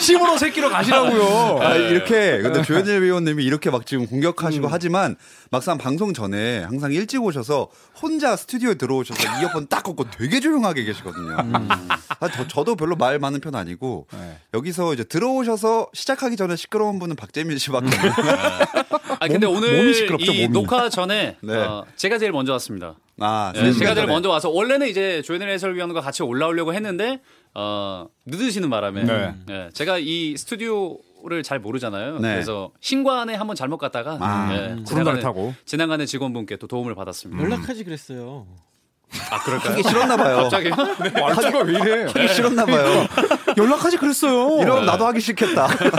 S2: 시모노 새끼로 가시라고요.
S1: 아, 이렇게 근데 조현일 위원님이 이렇게 막 지금 공격하시고 하지만 막상 방송 전에 항상 일찍 오셔서 혼자 스튜디오에 들어오셔서 이어폰 딱 꽂고 되게 조용하게 계시거든요. 아, 저, 저도 별로 말 많은 편 아니고
S2: 네.
S1: 여기서 이제 들어오셔서 시작하기 전에 시끄러운 분은 박재민 씨밖에 없는.
S3: 아 근데
S2: 몸-
S3: 오늘
S2: 몸이 시끄럽죠,
S3: 이
S2: 몸이.
S3: 녹화 전에
S1: 네.
S3: 어, 제가 제일 먼저 왔습니다.
S1: 아,
S3: 네, 제가
S1: 전에.
S3: 제일 먼저 와서 원래는 이제 조현일 해설위원과 같이 올라오려고 했는데 어, 늦으시는 바람에
S2: 네.
S3: 네, 제가 이 스튜디오를 잘 모르잖아요.
S1: 네.
S3: 그래서 신관에 한번 잘못 갔다가
S1: 아,
S3: 네,
S2: 구름다리
S3: 지나가는-
S2: 타고.
S3: 지나가는 직원분께 또 도움을
S4: 음.
S3: 받았습니다.
S4: 연락하지 그랬어요.
S1: 하기 싫었나 봐요.
S3: 갑자기
S2: 아, 말투가 왜 이래?
S1: 하기 싫었나 봐요.
S2: 연락하지 그랬어요.
S1: 이러면 나도 하기 싫겠다.
S4: 근데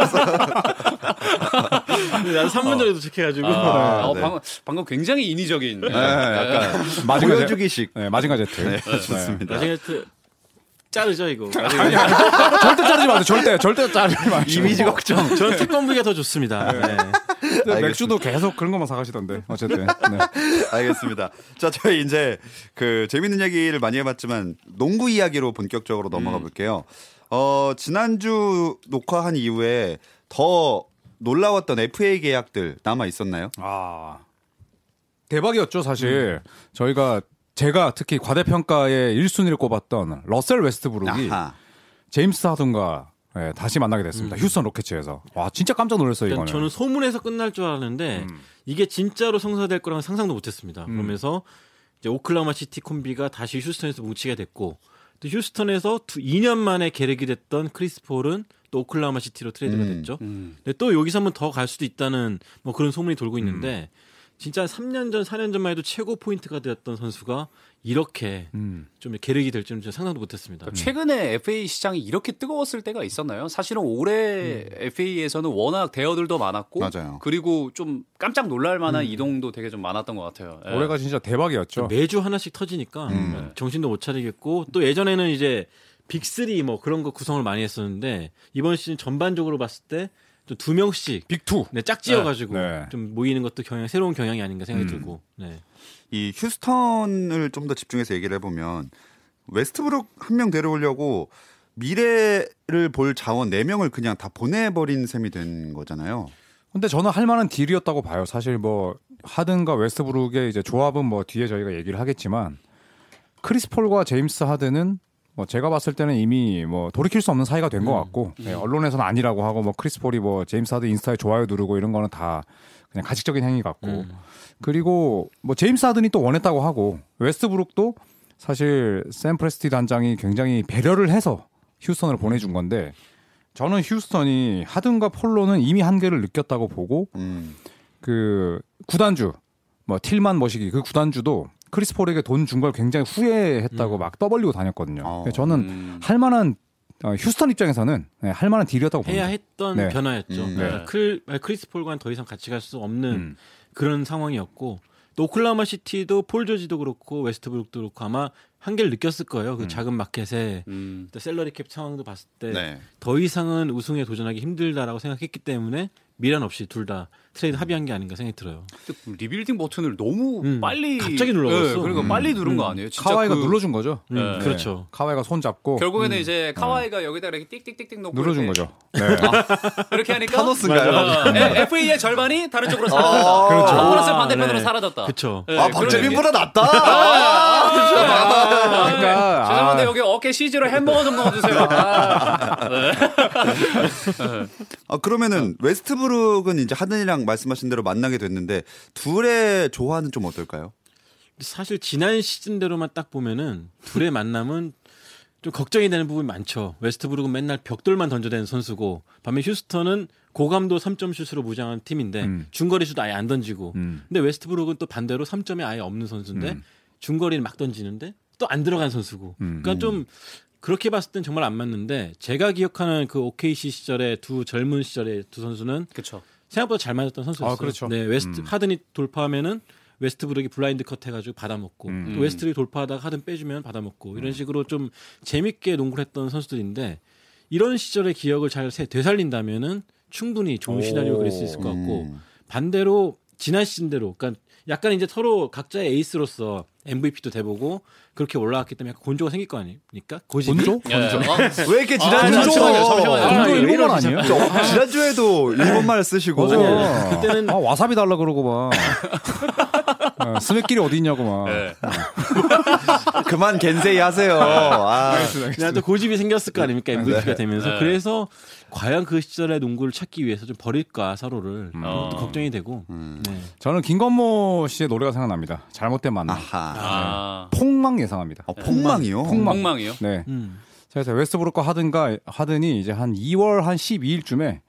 S4: 난 3분 전에 도착해가지고.
S1: 아,
S3: 어,
S1: 네.
S3: 방금, 방금 굉장히 인위적인 네,
S1: 약간
S2: 마징가 제트.
S1: 보여주기식.
S2: 네, 마징가 제트.
S1: 좋습니다.
S4: 나중에 트 자르죠 이거.
S2: 절대 자르지 마세요. 절대 절대 자르지 마세요.
S1: 이미지 걱정.
S4: 저는 특검 부기가 더 좋습니다. 네.
S2: 근데
S1: 알겠습니다.
S2: 맥주도 계속 그런 것만 사가시던데. 어쨌든. 네.
S1: 알겠습니다. 자, 저희 이제 그 재밌는 이야기를 많이 해봤지만 농구 이야기로 본격적으로 넘어가 볼게요. 어, 지난주 녹화한 이후에 더 놀라웠던 FA 계약들 남아 있었나요?
S2: 아 대박이었죠 사실 저희가 제가 특히 과대평가의 1순위를 꼽았던 러셀 웨스트브룩이
S1: 아하. 음.
S2: 제임스 하든과 예, 다시 만나게 됐습니다 휴스턴 로켓츠에서 와 진짜 깜짝 놀랐어요
S4: 그러니까
S2: 이거는
S4: 저는 소문에서 끝날 줄 알았는데 이게 진짜로 성사될 거랑 상상도 못했습니다. 그러면서 이제 오클라마 시티 콤비가 다시 휴스턴에서 뭉치게 됐고 또 휴스턴에서 두, 2년 만에 계획이 됐던 크리스 폴은 또 오클라마 시티로 트레이드가
S1: 음.
S4: 됐죠. 근데 또 여기서 한번 더 갈 수도 있다는 뭐 그런 소문이
S2: 음.
S4: 돌고 있는데 진짜 3년 전, 4년 전만 해도 최고 포인트가 되었던 선수가 이렇게
S2: 음.
S4: 좀 계획이 될 줄은 진짜 상상도 못했습니다.
S3: 최근에 FA 시장이 이렇게 뜨거웠을 때가 있었나요? 사실은 올해 FA에서는 워낙 대여들도 많았고
S1: 맞아요.
S3: 그리고 좀 깜짝 놀랄 만한 이동도 되게 좀 많았던 것 같아요. 예.
S2: 올해가 진짜 대박이었죠
S4: 매주 하나씩 터지니까 네,
S1: 음.
S4: 정신도 못 차리겠고 또 예전에는 이제 빅3 뭐 그런 거 구성을 많이 했었는데 이번 시즌 전반적으로 봤을 때 좀 두 명씩
S2: 빅2
S4: 네, 짝지어 가지고
S2: 네, 음. 네.
S4: 좀 모이는 것도 경향 새로운 경향이 아닌가 생각이 들고. 네.
S1: 이 휴스턴을 좀 더 집중해서 얘기를 해보면 웨스트브룩 한 명 데려오려고 미래를 볼 자원 4명을 그냥 다 보내버린 셈이 된 거잖아요.
S2: 근데 저는 할 만한 딜이었다고 봐요 사실 뭐 하든과 웨스트브룩의 이제 조합은 뭐 뒤에 저희가 얘기를 하겠지만 크리스 폴과 제임스 하든은 뭐 제가 봤을 때는 이미 뭐 돌이킬 수 없는 사이가 된 것 같고 예, 언론에서는 아니라고 하고 뭐 크리스 폴이 뭐 제임스 하든 인스타에 좋아요 누르고 이런 거는 다 그냥 가식적인 행위 같고 그리고 뭐 제임스 하든이 또 원했다고 하고 웨스트브룩도 사실 샌 프레스티 단장이 굉장히 배려를 해서 휴스턴을 보내준 건데 저는 휴스턴이 하든과 폴로는 이미 한계를 느꼈다고 보고
S1: 음.
S2: 그 구단주 뭐 틸만 머시기 그 구단주도 크리스 폴에게 돈 준 걸 굉장히 후회했다고 막 떠벌리고 다녔거든요.
S1: 어.
S2: 그래서 저는
S3: 음.
S2: 할 만한 어, 휴스턴 입장에서는 네, 할 만한 딜이었다고
S4: 해야
S2: 봅니다.
S4: 했던
S2: 네.
S4: 변화였죠.
S1: 음.
S4: 그러니까 클- 아니, 크리스 폴과는 더 이상 같이 갈 수 없는
S2: 음.
S4: 그런 상황이었고 또 오클라마 시티도 폴 조지도 그렇고 웨스트브룩도 그렇고 아마 한계를 느꼈을 거예요. 그 작은 마켓에
S3: 음.
S4: 또 셀러리 캡 상황도 봤을 때 더
S1: 네.
S4: 이상은 우승에 도전하기 힘들다라고 생각했기 때문에 미란 없이 둘 다 트레이드 합의한 게 아닌가 생각이 들어요.
S3: 근데 그 리빌딩 버튼을 너무
S4: 음.
S3: 빨리
S4: 갑자기 눌러버렸어.
S3: 예, 그러니까
S1: 음.
S3: 빨리 누른 거 아니에요? 진짜
S2: 카와이가
S3: 그-
S2: 눌러준 거죠.
S4: 음,
S3: 네.
S4: 그렇죠.
S2: 카와이가 손 잡고
S3: 결국에는 이제 카와이가 여기다 이렇게 띡띡띡띡 놓고
S2: 눌러준
S3: 이렇게-
S2: 거죠. 네.
S1: 아,
S3: 이렇게 하니까
S1: 타노스인가요?
S3: 어, 예, FA의 절반이 다른 쪽으로 사라졌다.
S1: 그렇죠.
S3: 플러스
S4: 아,
S3: 반대편으로
S4: 네.
S3: 사라졌다.
S4: 그쵸.
S3: 예,
S1: 아,
S3: 그런
S1: 박재민보다
S3: 아,
S1: 낫다.
S3: 아, 아,
S2: 그러니까,
S3: 죄송한데
S2: 아.
S3: 여기 어깨 CG로 햄버거 좀 넣어주세요. 아,
S1: 아, 그러면은
S3: 어.
S1: 웨스트브룩은 이제 하든이랑 말씀하신 대로 만나게 됐는데 둘의 조화는 좀 어떨까요?
S4: 사실 지난 시즌대로만 딱 보면은 둘의 만남은 좀 걱정이 되는 부분이 많죠. 웨스트브룩은 맨날 벽돌만 던져대는 선수고 반면 휴스턴은 고감도 3점 슛으로 무장한 팀인데
S2: 음.
S4: 중거리 슛 아예 안 던지고
S2: 음.
S4: 근데 웨스트브룩은 또 반대로 3점이 아예 없는 선수인데
S2: 음.
S4: 중거리를 막 던지는데 또 안 들어간 선수고
S2: 음.
S4: 그러니까 좀 그렇게 봤을 땐 정말 안 맞는데 제가 기억하는 그 OKC 시절의 두 젊은 시절의 두 선수는
S3: 그쵸.
S4: 생각보다 잘 맞았던 선수였어요.
S2: 아, 그렇죠.
S4: 네, 웨스트
S2: 음.
S4: 하든이 돌파하면은 웨스트브룩이 블라인드 컷 해가지고 받아먹고
S2: 음.
S4: 또 웨스트브룩이 돌파하다가 하든 빼주면 받아먹고 이런 식으로 좀 재밌게 농구를 했던 선수들인데 이런 시절의 기억을 잘 세- 되살린다면은 충분히 좋은 시나리오 그릴 수 있을 것 같고
S1: 음.
S4: 반대로 지난 시즌대로 그러니까 약간 이제 서로 각자의 에이스로서 MVP도 돼보고 그렇게 올라왔기 때문에 약간 곤조가 생길 거 아닙니까? 고집이?
S2: 본조?
S3: 예. 어,
S1: 왜 이렇게
S3: 아,
S1: 지난주에
S3: 잠시만요, 잠시만요. 어,
S2: 본조
S4: 아,
S2: 일본말
S4: 이런
S2: 아니에요?
S1: 저, 지난주에도 일본말 쓰시고
S2: 맞아.
S4: 아니, 아니. 그때는-
S2: 아, 와사비 달라 그러고 막 어, 스낵끼리 어디 있냐고 막.
S3: 예.
S1: 그만 겐세이
S3: 어.
S1: 하세요. 아,
S4: 그냥 또 고집이 생겼을 거 아닙니까 MVP가 되면서
S3: 네.
S4: 그래서 과연 그 시절의 농구를 찾기 위해서 좀 버릴까 서로를
S2: 음.
S3: 어.
S4: 또 걱정이 되고 네.
S2: 저는 김건모 씨의 노래가 생각납니다. 잘못된 만남.
S1: 아하.
S3: 아,
S2: 폭망 예상합니다.
S1: 어, 폭망이요.
S2: 폭망.
S3: 폭망이요.
S2: 네.
S4: 음.
S2: 그래서웨스트브룩과 하든가 하든이 이제 한 2월 한 12일쯤에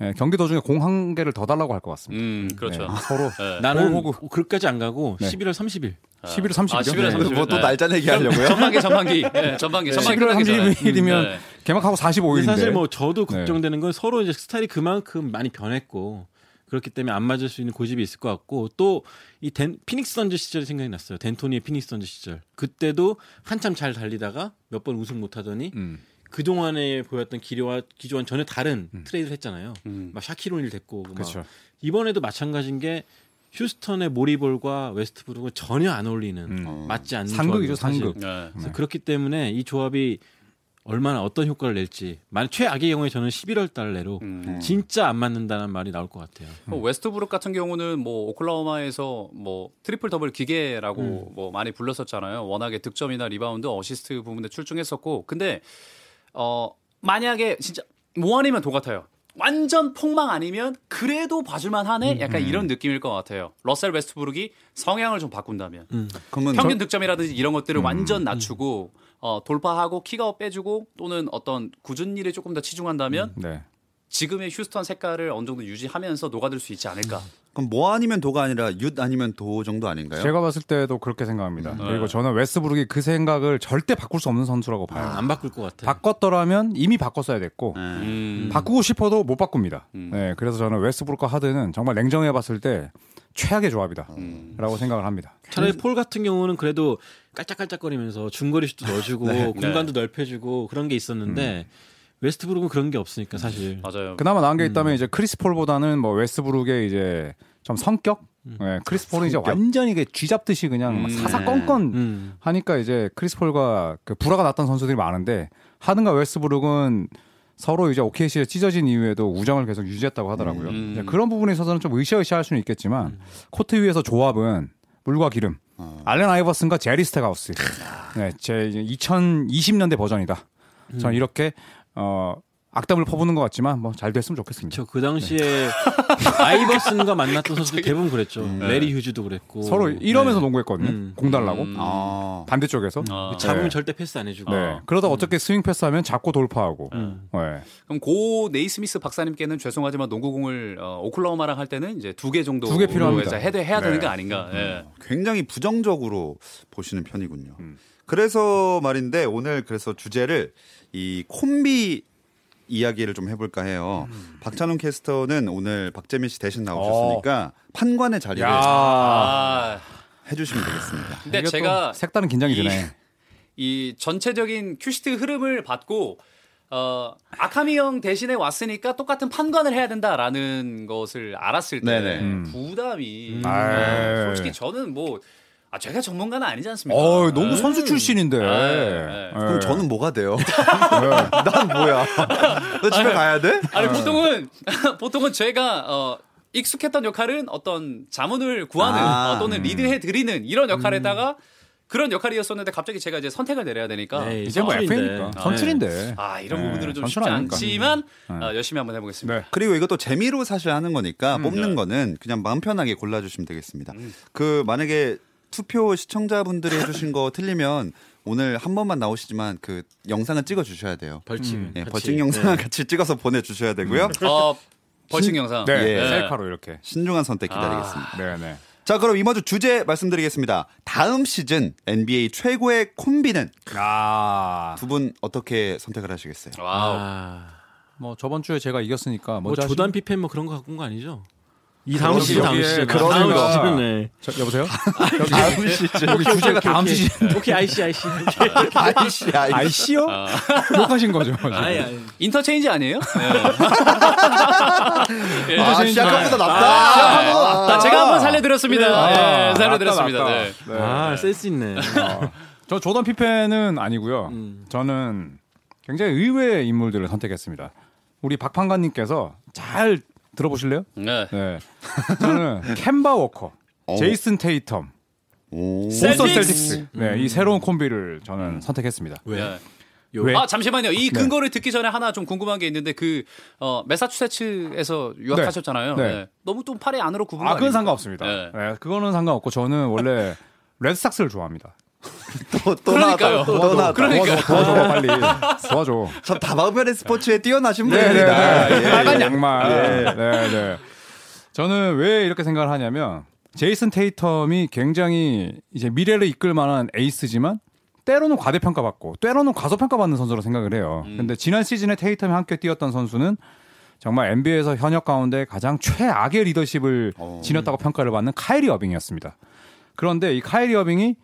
S2: 예, 경기 도중에 공 한 개를 더 달라고 할 것 같습니다.
S3: 음, 그렇죠.
S2: 네, 서로
S3: 예.
S4: 나는
S2: 호구,
S4: 그까지안 가고
S2: 네.
S4: 11월 30일
S2: 11월
S3: 아,
S2: 30일.
S3: 11월 30일.
S1: 뭐또
S3: 네.
S1: 날짜 내기하려고요?
S3: 전반기, 전반기. 예, 전반기, 전반기.
S2: 11월
S3: 끝나기 전에.
S2: 31일이면
S3: 음,
S2: 개막하고 45일인데. 네.
S4: 사실 뭐 저도 걱정되는 건 서로 이제 스타일이 그만큼 많이 변했고 그렇기 때문에 안 맞을 수 있는 고집이 있을 것 같고 또 이 피닉스 던즈 시절이 생각이 났어요 덴토니의 피닉스 던즈 시절 그때도 한참 잘 달리다가 몇 번 우승 못하더니
S2: 음.
S4: 그 동안에 보였던 기류와 기조와는 전혀 다른 트레이드를 했잖아요
S3: 음.
S4: 막 샤키로닐 됐고 막
S2: 그렇죠.
S4: 이번에도 마찬가지인 게 휴스턴의 모리볼과 웨스트브룩은 전혀 안 어울리는
S2: 음.
S4: 맞지 않는 조합이에요,
S2: 상극이죠,
S4: 사실.
S2: 상극.
S3: 네.
S4: 그래서 그렇기 때문에 이 조합이 얼마나 어떤 효과를 낼지 만 최악의 경우에 저는 11월 달 내로
S3: 음.
S4: 진짜 안 맞는다는 말이 나올 것 같아요.
S3: 뭐 웨스트브룩 같은 경우는 뭐 오클라호마에서 뭐 트리플 더블 기계라고 뭐 많이 불렀었잖아요. 워낙에 득점이나 리바운드, 어시스트 부분에 출중했었고, 근데 어 만약에 진짜 뭐 아니면 도 같아요. 완전 폭망 아니면 그래도 봐줄만하네. 약간 이런 느낌일 것 같아요. 러셀 웨스트브룩이 성향을 좀 바꾼다면
S1: 그러면
S3: 평균 득점이라든지 이런
S2: 음.
S3: 것들을 완전 낮추고 어, 돌파하고 킥아웃 빼주고 또는 어떤 굳은 일에 조금 더 치중한다면
S2: 네.
S3: 지금의 휴스턴 색깔을 어느 정도 유지하면서 녹아들 수 있지 않을까.
S1: 그럼 뭐 아니면 도가 아니라 윷 아니면 도 정도 아닌가요?
S2: 제가 봤을 때도 그렇게 생각합니다.
S3: 음.
S2: 그리고 저는 웨스브룩이 그 생각을 절대 바꿀 수 없는 선수라고 봐요.
S4: 안 바꿀 것 같아요. 네.
S2: 바꿨더라면 이미 바꿨어야 됐고
S1: 네.
S3: 음.
S2: 바꾸고 싶어도 못 바꿉니다.
S3: 음.
S2: 네, 그래서 저는 웨스브룩과 하드는 정말 냉정해 봤을 때 최악의 조합이다라고
S3: 음.
S2: 생각을 합니다.
S4: 차라리 폴 같은 경우는 그래도 깔짝깔짝거리면서 중거리 슛도 넣어주고
S2: 네.
S4: 공간도 넓혀주고 그런 게 있었는데
S2: 음.
S4: 웨스트브룩은 그런 게 없으니까 사실.
S3: 맞아요.
S2: 그나마 나은 게
S3: 음.
S2: 있다면 이제 크리스폴보다는 뭐 웨스브룩의 이제 좀 성격, 네, 크리스폴은 이제 완전히 이게 쥐잡듯이 그냥 막
S3: 음.
S2: 사사건건
S4: 음.
S2: 하니까 이제 크리스폴과 그 불화가 났던 선수들이 많은데 하든가 웨스브룩은 서로 이제 OKC에 찢어진 이후에도 우정을 계속 유지했다고 하더라고요.
S3: 음.
S2: 이제 그런 부분에 있어서는 좀 으쌰으쌰할 수는 있겠지만 코트 위에서 조합은 물과 기름.
S4: 어.
S2: 알렌 아이버슨과 제리 스테가우스.
S4: 음.
S2: 네, 제 2020년대 버전이다. 저는 이렇게 어 악담을 퍼부는 것 같지만 뭐 잘 됐으면 좋겠습니다.
S4: 그쵸, 그 당시에 아이버슨과 만났던 선수들 대부분 그랬죠. 레리 휴즈도 그랬고
S2: 서로 이러면서 농구했거든요.
S4: 네. 음.
S2: 공 달라고
S3: 음.
S1: 아.
S2: 반대쪽에서.
S3: 아.
S4: 네. 잡으면
S2: 네.
S4: 절대 패스 안 해주고.
S2: 네. 그러다 어떻게 스윙 패스하면 자꾸 돌파하고.
S4: 음.
S2: 네.
S3: 그럼 고 네이스미스 박사님께는 죄송하지만 농구공을 어, 오클라호마랑 할 때는 이제 두 개 정도
S2: 두개 필요합니다.
S3: 해대 해야 되는
S2: 네.
S3: 게 아닌가. 예.
S1: 굉장히 부정적으로 보시는 편이군요.
S3: 음.
S1: 그래서 말인데 오늘 그래서 주제를 이 콤비 이야기를 좀 해볼까 해요.
S3: 음.
S1: 박찬훈 캐스터는 오늘 박재민 씨 대신 나오셨으니까
S3: 어.
S1: 판관의 자리를
S3: 아,
S1: 해주시면 되겠습니다.
S3: 근데
S2: 이게 또
S3: 제가
S2: 색다른 긴장이
S3: 이-
S2: 드네.
S3: 이 전체적인 큐시트 흐름을 받고 어, 아카미 형 대신에 왔으니까 똑같은 판관을 해야 된다라는 것을 알았을 때
S1: 네네.
S2: 음.
S3: 부담이
S4: 음.
S2: 아이.
S3: 예, 솔직히 저는 뭐 아, 제가 전문가는 아니지 않습니까?
S2: 어, 농구
S3: 음.
S2: 선수 출신인데.
S3: 네,
S2: 네.
S3: 네.
S1: 그럼 저는 뭐가 돼요? 난 뭐야? 너 집에 가야 돼?
S3: 네. 아니 보통은 보통은 제가 어, 익숙했던 역할은 어떤 자문을 구하는
S1: 아,
S3: 어, 또는
S2: 음.
S3: 리드해 드리는 이런 역할에다가 그런 역할이었었는데 갑자기 제가 이제 선택을 내려야 되니까
S4: 네,
S2: 이제 뭐
S4: 선출인데.
S2: FA니까
S3: 아,
S2: 선출인데.
S3: 아 이런
S2: 네,
S3: 부분들은 좀
S2: 선출
S3: 쉽지
S2: 아닙니까?
S3: 않지만 어, 열심히 한번 해보겠습니다.
S2: 네.
S1: 그리고 이것도 재미로 사실 하는 거니까 뽑는 거는 그냥 마음 편하게 골라주시면 되겠습니다. 그 만약에 투표 시청자분들이 해주신 거 틀리면 오늘 한 번만 나오시지만 그 영상은 찍어 주셔야 돼요.
S4: 벌칙.
S1: 예,
S4: 같이.
S1: 벌칙 영상을
S4: 네.
S1: 같이 찍어서 보내주셔야 되고요.
S3: 어, 벌칙 영상.
S2: 네.
S1: 예.
S2: 셀카로 이렇게.
S1: 신중한 선택 기다리겠습니다.
S2: 네, 네.
S1: 자, 그럼 이번 주 주제 말씀드리겠습니다. 다음 시즌 NBA 최고의 콤비는
S2: 아.
S1: 두 분 어떻게 선택을 하시겠어요?
S3: 와우.
S4: 아,
S2: 뭐 저번 주에 제가 이겼으니까
S4: 뭐
S2: 먼저 하시-
S4: 조단 피펜 뭐 그런 거 갖고 온 거 아니죠? 이 다음
S2: 여기,
S4: 시즌 다음
S2: 여기에
S4: 시즌.
S2: 그런
S4: 다음
S2: 거.
S4: 시즌. 네.
S2: 저, 여보세요? 여기, 다음 시즌. 여기 주제가 다음
S4: 오케이.
S2: 시즌.
S4: 오케이 아이씨 아이씨.
S1: 아이씨, 아이씨.
S2: 아이씨요? 욕하신 거죠. 지금.
S4: 아이 아이.
S3: 인터체인지 아니에요? 예. 예.
S1: 아, 시작합니다.
S3: 아,
S1: 낫다.
S3: 아, 제가 한번 살려드렸습니다.
S2: 아,
S3: 예, 살려드렸습니다.
S2: 맞다,
S3: 네.
S2: 맞다.
S4: 아 센스 있네.
S2: 저 조던 피펜은 아니고요.
S4: 음.
S2: 저는 굉장히 의외의 인물들을 선택했습니다. 우리 박판관님께서 잘 들어보실래요?
S3: 네.
S2: 네. 저는 캔바 워커,
S1: 어.
S2: 제이슨 테이텀,
S1: 오.
S2: 보스턴
S3: 셀틱스.
S2: 셀틱스. 네, 이 새로운 콤비를 저는 선택했습니다.
S3: 네.
S2: 왜? 네.
S3: 아 잠시만요. 이 근거를 듣기 전에 하나 좀 궁금한 게 있는데 그 어, 매사추세츠에서 유학하셨잖아요.
S2: 네.
S3: 네. 너무 또 팔이 안으로 굽은 거
S2: 아, 그건
S3: 아닙니까?
S2: 상관없습니다.
S3: 네.
S2: 네, 그거는 상관없고 저는 원래 레드삭스를 좋아합니다.
S1: 또, 또
S3: 그러니까요.
S1: 나왔다. 또 나왔다.
S3: 그러니까.
S2: 도와줘, 도와줘, 빨리. 도와줘.
S1: 참 다방면의 스포츠에 뛰어나신
S2: 네네.
S1: 분입니다. 예.
S2: 아, 빨간 양말. 네, 네. 저는 왜 이렇게 생각을 하냐면 제이슨 테이텀이 굉장히 이제 미래를 이끌 만한 에이스지만 때로는 과대평가받고 때로는 과소평가받는 선수로 생각을 해요. 근데 지난 시즌에 테이텀이 함께 뛰었던 선수는 정말 NBA에서 현역 가운데 가장 최악의 리더십을 지녔다고 평가를 받는 카이리 어빙이었습니다. 그런데 이 카이리 어빙이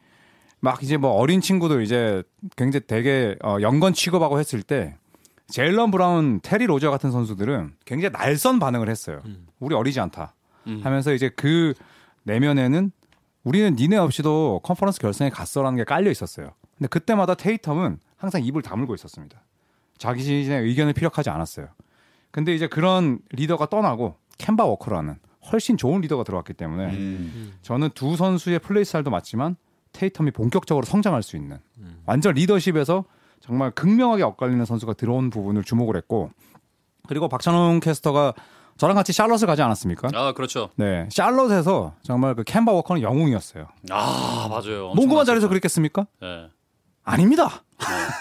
S2: 막 이제 뭐 어린 친구들 이제 굉장히 되게 어, 연건 취급하고 했을 때 제일런 브라운, 테리 로저 같은 선수들은 굉장히 날선 반응을 했어요. 우리 어리지 않다 하면서 이제 그 내면에는 우리는 니네 없이도 컨퍼런스 결승에 갔어라는 게 깔려 있었어요. 근데 그때마다 테이텀은 항상 입을 다물고 있었습니다. 자기 자신의 의견을 피력하지 않았어요. 근데 이제 그런 리더가 떠나고 캔바 워커라는 훨씬 좋은 리더가 들어왔기 때문에 저는 두 선수의 플레이 스타일도 맞지만 테이텀이 본격적으로 성장할 수 있는 완전 리더십에서 정말 극명하게 엇갈리는 선수가 들어온 부분을 주목을 했고 그리고 박찬홍 캐스터가 저랑 같이 샬럿을 가지 않았습니까?
S3: 아 그렇죠.
S2: 네, 샬럿에서 정말 그 캔바 워커는 영웅이었어요.
S3: 아 맞아요.
S2: 농구만 잘해서 그랬겠습니까?
S3: 네.
S2: 아닙니다.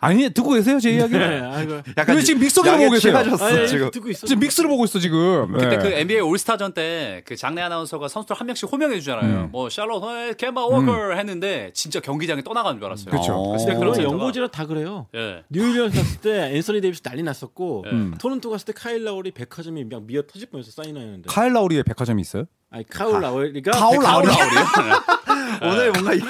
S2: 아니 듣고 계세요 제 이야기?
S4: 네, 아이고.
S2: 왜 지금 믹서기를
S1: 약에
S2: 보고 계세요?
S1: 취하셨어,
S4: 아니,
S1: 지금.
S4: 듣고 있어.
S2: 지금 믹스를 보고 있어 지금. 네.
S3: 그때 그 NBA 올스타전 때 그 장례 아나운서가 선수들 한 명씩 호명해 주잖아요.
S2: 음.
S3: 뭐 샬롯, 어, 캔바 워커 했는데 진짜 경기장에 떠나가는 줄 알았어요.
S2: 그쵸.
S1: 어.
S4: 근데 네, 그런
S3: 센터가-
S4: 그렇죠.
S2: 네.
S4: 연고지라 다 그래요.
S3: 예.
S4: 뉴욕에 갔을 때 앤서니 데이비스 난리 났었고
S3: 예.
S2: 음.
S4: 토론토 갔을 때 카일 라우리 백화점이 막 미어 터질 뻔했어 사인하는데
S2: 카일 라우리의 백화점이 있어요?
S4: 아니 카울 라우리가
S2: 카울
S4: 백화-
S2: 라우리.
S1: 아, 오늘 뭔가 이-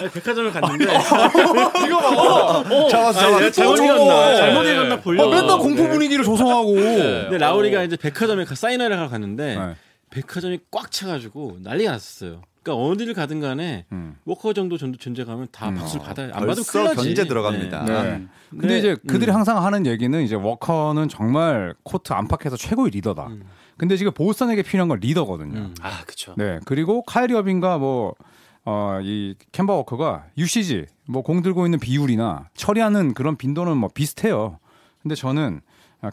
S4: 아니, 백화점을 갔는데
S1: 잡았어, 잡았어. 네.
S4: 잘못
S1: 오,
S4: 읽었나 잘못
S3: 예.
S4: 읽었나
S2: 아, 네.
S4: 볼려
S2: 맨날 공포 분위기를 조성하고.
S4: 근데
S1: 어.
S4: 라우리가 이제 백화점에 가- 사인회를 하러 갔는데
S2: 네.
S4: 백화점이 꽉 차가지고 난리가 났었어요 그러니까 어디를 가든 간에
S2: 음.
S4: 워커 정도 존- 존재가면 다 박수를 받아요 안 받으면 큰일
S1: 음. 어. 벌써
S4: 나지
S1: 견제 들어갑니다.
S2: 네.
S1: 아,
S2: 근데
S4: 네.
S2: 이제
S4: 음.
S2: 그들이 항상 하는 얘기는 이제 워커는 정말 코트 안팎에서 최고의 리더다. 근데 지금 보스턴에게 필요한 건 리더거든요.
S4: 음.
S3: 아 그렇죠.
S2: 네. 그리고 카이리 어빙과 뭐, 어, 이 캔버 워커가 UCG, 뭐 공 들고 있는 비율이나 처리하는 그런 빈도는 뭐 비슷해요. 근데 저는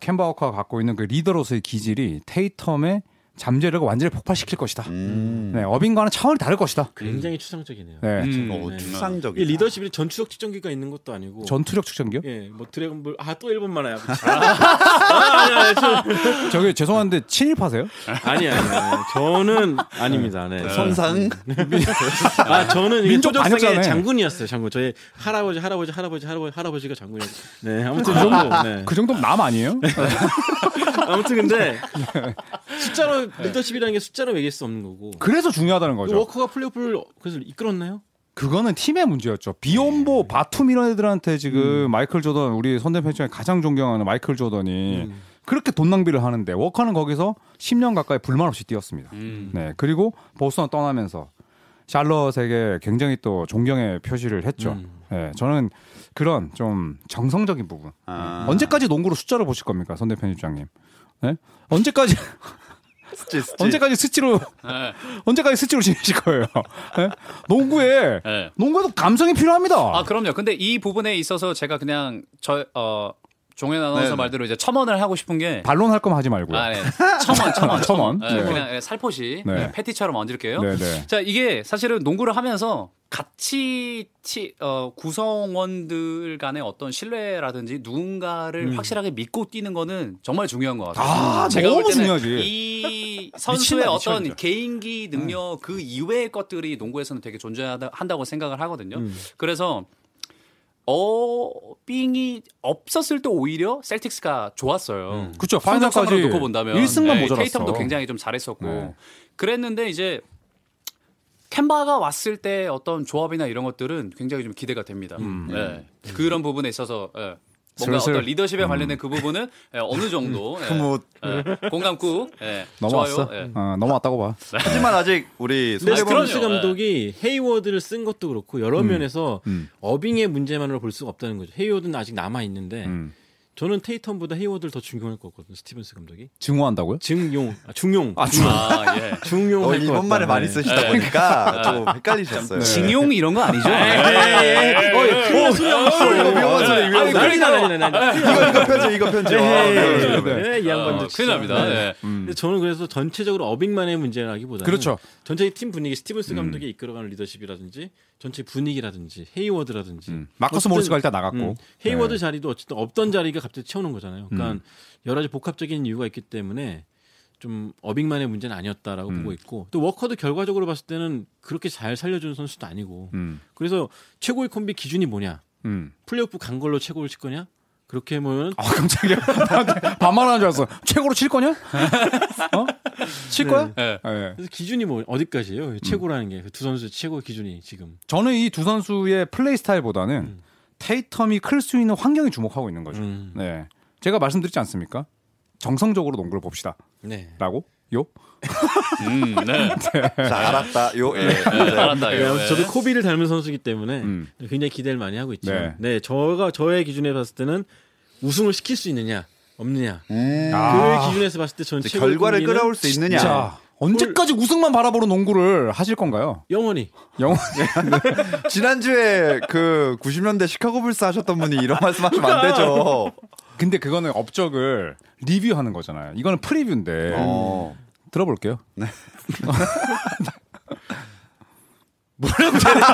S2: 캔바워커가 갖고 있는 그 리더로서의 기질이 테이텀의 잠재력을 완전히 폭발시킬 것이다.
S1: 음.
S2: 네, 어빙과는 차원이 다를 것이다.
S4: 굉장히 추상적이네요.
S2: 네.
S3: 음.
S1: 어,
S4: 네.
S1: 추상적인.
S4: 이 리더십이 전투력 측정기가 있는 것도 아니고
S2: 전투력 측정기요?
S4: 예, 뭐 드래곤볼 아 또 일본 만화야. 그치? 아, 아니, 아니, 아니,
S2: 저기 죄송한데 친일파세요?
S4: 저- 아니, 아니, 아니, 저는 아닙니다. 네.
S1: 선상.
S4: 아, 저는
S2: 민족
S4: 민족 반역의
S2: 반역자네.
S4: 장군이었어요. 장군. 저희 할아버지, 할아버지, 할아버지, 할아버지, 할아버지가 장군이었어요. 네, 아무튼 그 정도. 네.
S2: 그 정도면 남 아니에요?
S4: 아무튼 근데 숫자로 리더십이라는 게 숫자로 매길 수 없는 거고.
S2: 네. 그래서 중요하다는
S4: 그
S2: 거죠.
S4: 워커가 플레이오프를 그래서 이끌었나요?
S2: 그거는 팀의 문제였죠. 비욘보 바툼 이런 애들한테 지금 마이클 조던 우리 선대편 중에 가장 존경하는 마이클 조던이 그렇게 돈 낭비를 하는데 워커는 거기서 10년 가까이 불만 없이 뛰었습니다.
S3: 음.
S2: 네 그리고 보스턴 떠나면서 샬럿에게 굉장히 또 존경의 표시를 했죠. 네, 저는 그런 좀 정성적인 부분
S1: 아.
S2: 언제까지 농구로 숫자를 보실 겁니까, 선대편 입장님? 네? 언제까지
S1: 스치, 스치.
S2: 언제까지 스치로
S3: 네.
S2: 언제까지 스치로 지내실 거예요? 네? 농구에
S3: 네.
S2: 농구에도 감성이 필요합니다.
S3: 아 그럼요. 근데 이 부분에 있어서 제가 그냥 저어 종현 아나운서
S1: 네네.
S3: 말대로 이제 첨언을 하고 싶은 게
S2: 반론 할 거면 하지 말고요.
S3: 아, 네. 첨언, 첨언,
S2: 첨언.
S3: 네,
S2: 네.
S3: 그냥 살포시
S2: 네.
S3: 네, 패티처럼 얹을게요.
S2: 네네.
S3: 자 이게 사실은 농구를 하면서 같이 치, 어, 구성원들 간의 어떤 신뢰라든지 누군가를 확실하게 믿고 뛰는 거는 정말 중요한 것 같아요.
S2: 음. 아, 너무
S3: 볼 때는
S2: 중요하지.
S3: 이 선수의
S2: 미친다,
S3: 어떤
S2: 미쳐, 진짜. 음.
S3: 개인기 능력 그 이외의 것들이 농구에서는 되게 존재한다고 생각을 하거든요.
S2: 음.
S3: 그래서 어빙이 없었을 때 오히려 셀틱스가 좋았어요.
S2: 그쵸,
S3: 성적상으로
S2: 파이널까지
S3: 놓고 본다면
S2: 일승만 모자랐어.
S3: 테이텀도 굉장히 좀 잘했었고
S2: 네.
S3: 그랬는데 이제 캔바가 왔을 때 어떤 조합이나 이런 것들은 굉장히 좀 기대가 됩니다. 네. 그런 부분에 있어서 예. 뭔가
S2: 슬슬.
S3: 어떤 리더십에 관련된 그 부분은 예, 어느 정도 예,
S1: 뭐
S3: 예, 공감구 예,
S2: 넘어왔어.
S3: 좋아요. 예.
S2: 어, 넘어왔다고 봐.
S1: 하지만 아직 우리
S4: 근데
S3: 네,
S1: 손대범
S3: 그럼요.
S4: 스크럼스 감독이 헤이워드를 쓴 것도 그렇고 여러 면에서
S2: 음.
S4: 어빙의 문제만으로 볼 수가 없다는 거죠. 헤이워드는 아직 남아 있는데
S2: 음.
S4: 저는 테이텀보다 헤이워드를 더 중용할 것 같거든요. 스티븐스 감독이
S2: 증오한다고요?
S4: 증용, 아, 중용,
S2: 아,
S3: 아, 예.
S4: 중용.
S1: 어, 일본말을 많이
S4: 네.
S1: 쓰시다 보니까 좀 헷갈리셨어요. 네.
S3: 징용 이런 거 아니죠? 예. 어,
S1: 이거 위험한 소리, 위험한
S4: 네. 아니,
S1: 소리.
S4: 난리 나, 난리 나, 난리
S1: 이거
S4: 나.
S1: 이거 편집 이거 편집. 아, 그래, 그래, 그래.
S4: 네, 이 양반들 네.
S3: 어, 큰일 납니다. 예.
S4: 근데 저는 그래서 전체적으로 어빙만의 문제라기보다는
S2: 그렇죠.
S4: 전체 팀 분위기 스티븐스 감독이 이끌어가는 리더십이라든지 전체 분위기라든지 헤이워드라든지
S2: 음. 마커스
S4: 어쨌든-
S2: 모리스가 일단 나갔고.
S4: 음, 헤이워드
S2: 네.
S4: 자리도 어쨌든 없던 자리가 갑자기 채우는 거잖아요. 그러니까 여러 가지 복합적인 이유가 있기 때문에 좀 어빙만의 문제는 아니었다라고 보고 있고 또 워커도 결과적으로 봤을 때는 그렇게 잘 살려주는 선수도 아니고
S2: 음.
S4: 그래서 최고의 콤비 기준이 뭐냐
S2: 음.
S4: 플레이오프 간 걸로 최고를 칠 거냐 그렇게 하면
S2: 아 깜짝이야. 나한테 반말하는 줄 알았어. 최고로 칠 거냐? 어? 칠 거야?
S3: 예.
S2: 예.
S4: 그래서 기준이 뭐 어디까지예요? 최고라는 게그 두 선수의 최고 기준이 지금.
S2: 저는 이 두 선수의 플레이 스타일보다는 테이텀이 클 수 있는 환경에 주목하고 있는 거죠.
S4: 음.
S2: 네. 제가 말씀드렸지 않습니까? 정성적으로 농구를 봅시다.
S4: 네.
S2: 라고? 요?
S3: 음, 네.
S1: 자 알았다. 요 예.
S3: 네, 알았다.
S4: 네,
S3: 이거.
S4: 아무튼 저도 코비를 닮은 선수이기 때문에
S2: 음.
S4: 굉장히 기대를 많이 하고 있죠.
S2: 네.
S4: 네. 저가 저의 기준에 봤을 때는 우승을 시킬 수 있느냐 없느냐
S1: 음.
S2: 아.
S4: 그 기준에서 봤을 때 저는
S1: 이제
S4: 최고의
S1: 결과를
S4: 꿈이는
S1: 끌어올 수 있느냐.
S2: 자, 언제까지 우승만 바라보는 농구를 하실 건가요? 네.
S4: 영원히
S2: 영원
S1: 지난주에 그 90년대 시카고 불스 하셨던 분이 이런 말씀하시면 안 되죠.
S2: 근데 그거는 업적을 리뷰하는 거잖아요. 이거는 프리뷰인데
S1: 어.
S2: 들어볼게요.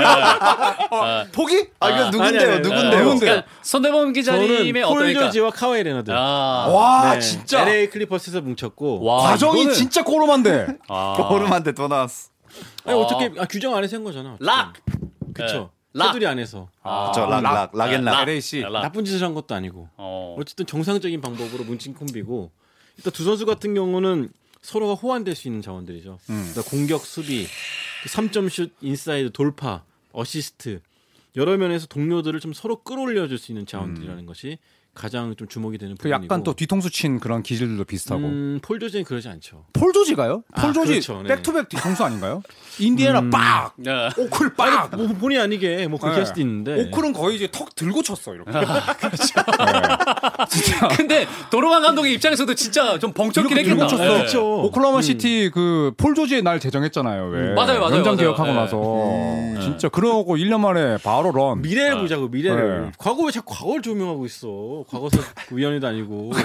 S2: 뭐,
S1: 포기? 아 이거 누군데요?
S4: 아니, 아니,
S1: 누군데요?
S3: 그러니까 손대범
S4: 저는
S3: 기자님의
S4: 폴
S3: 어떠니까?
S4: 조지와 카와이 레너드.
S3: 아,
S1: 와
S4: 네,
S1: 진짜
S4: LA 클리퍼스에서 뭉쳤고.
S3: 와,
S2: 과정이
S3: 이거는-
S2: 진짜 꼬로만데.
S3: 아.
S1: 보름한테 또 나왔어.
S4: 아니
S3: 아.
S4: 어떻게 아, 규정 안에서 한 거잖아.
S3: 락.
S4: 그렇죠.
S3: 네. 락.
S4: 테두리 안에서
S3: 아,
S1: 저 락, 락, 락앤락.
S3: 락. 아,
S2: LAC.
S3: 락.
S4: 나쁜 짓을 한 것도 아니고.
S3: 어.
S4: 어쨌든 정상적인 방법으로 뭉친 콤비고 일단 두 선수 같은 경우는 서로가 호환될 수 있는 자원들이죠. 그러니까 공격, 수비, 3점슛, 인사이드, 돌파, 어시스트 여러 면에서 동료들을 좀 서로 끌어올려 줄 수 있는 자원들이라는 것이 가장 좀 주목이 되는
S2: 그
S4: 부분이고.
S2: 약간 또 뒤통수 친 그런 기질들도 비슷하고.
S4: 음, 폴 조지는 그러지 않죠.
S2: 폴 조지가요? 폴
S4: 아,
S2: 조지
S4: 그렇죠. 네. 음.
S2: 백투백 뒤통수 아닌가요? 인디애나 빡!
S3: 예.
S2: 오클 빡!
S4: 뭐 본의 아니게 아, 뭐 그렇게
S2: 네.
S4: 할 수도 있는데
S2: 오클은 거의 이제 턱 들고 쳤어 이렇게. 네. 진짜
S3: 근데 도로만 감독의 입장에서도 진짜 좀 벙쳤긴 했겠다.
S4: 쳤어.
S3: 예.
S4: 그렇죠.
S2: 오클라마 시티 그 폴 조지의 날 제정했잖아요. 왜?
S3: 음, 맞아요, 맞아요,
S2: 연장
S3: 맞아요.
S4: 네.
S2: 개혁하고
S3: 예.
S2: 나서 진짜 그러고 1년 만에 바로 런.
S4: 음. 미래를 보자고 미래를.
S2: 네.
S4: 아. 과거 왜 자꾸 과거를 조명하고 있어? 과거서 위원회도 아니고. 어?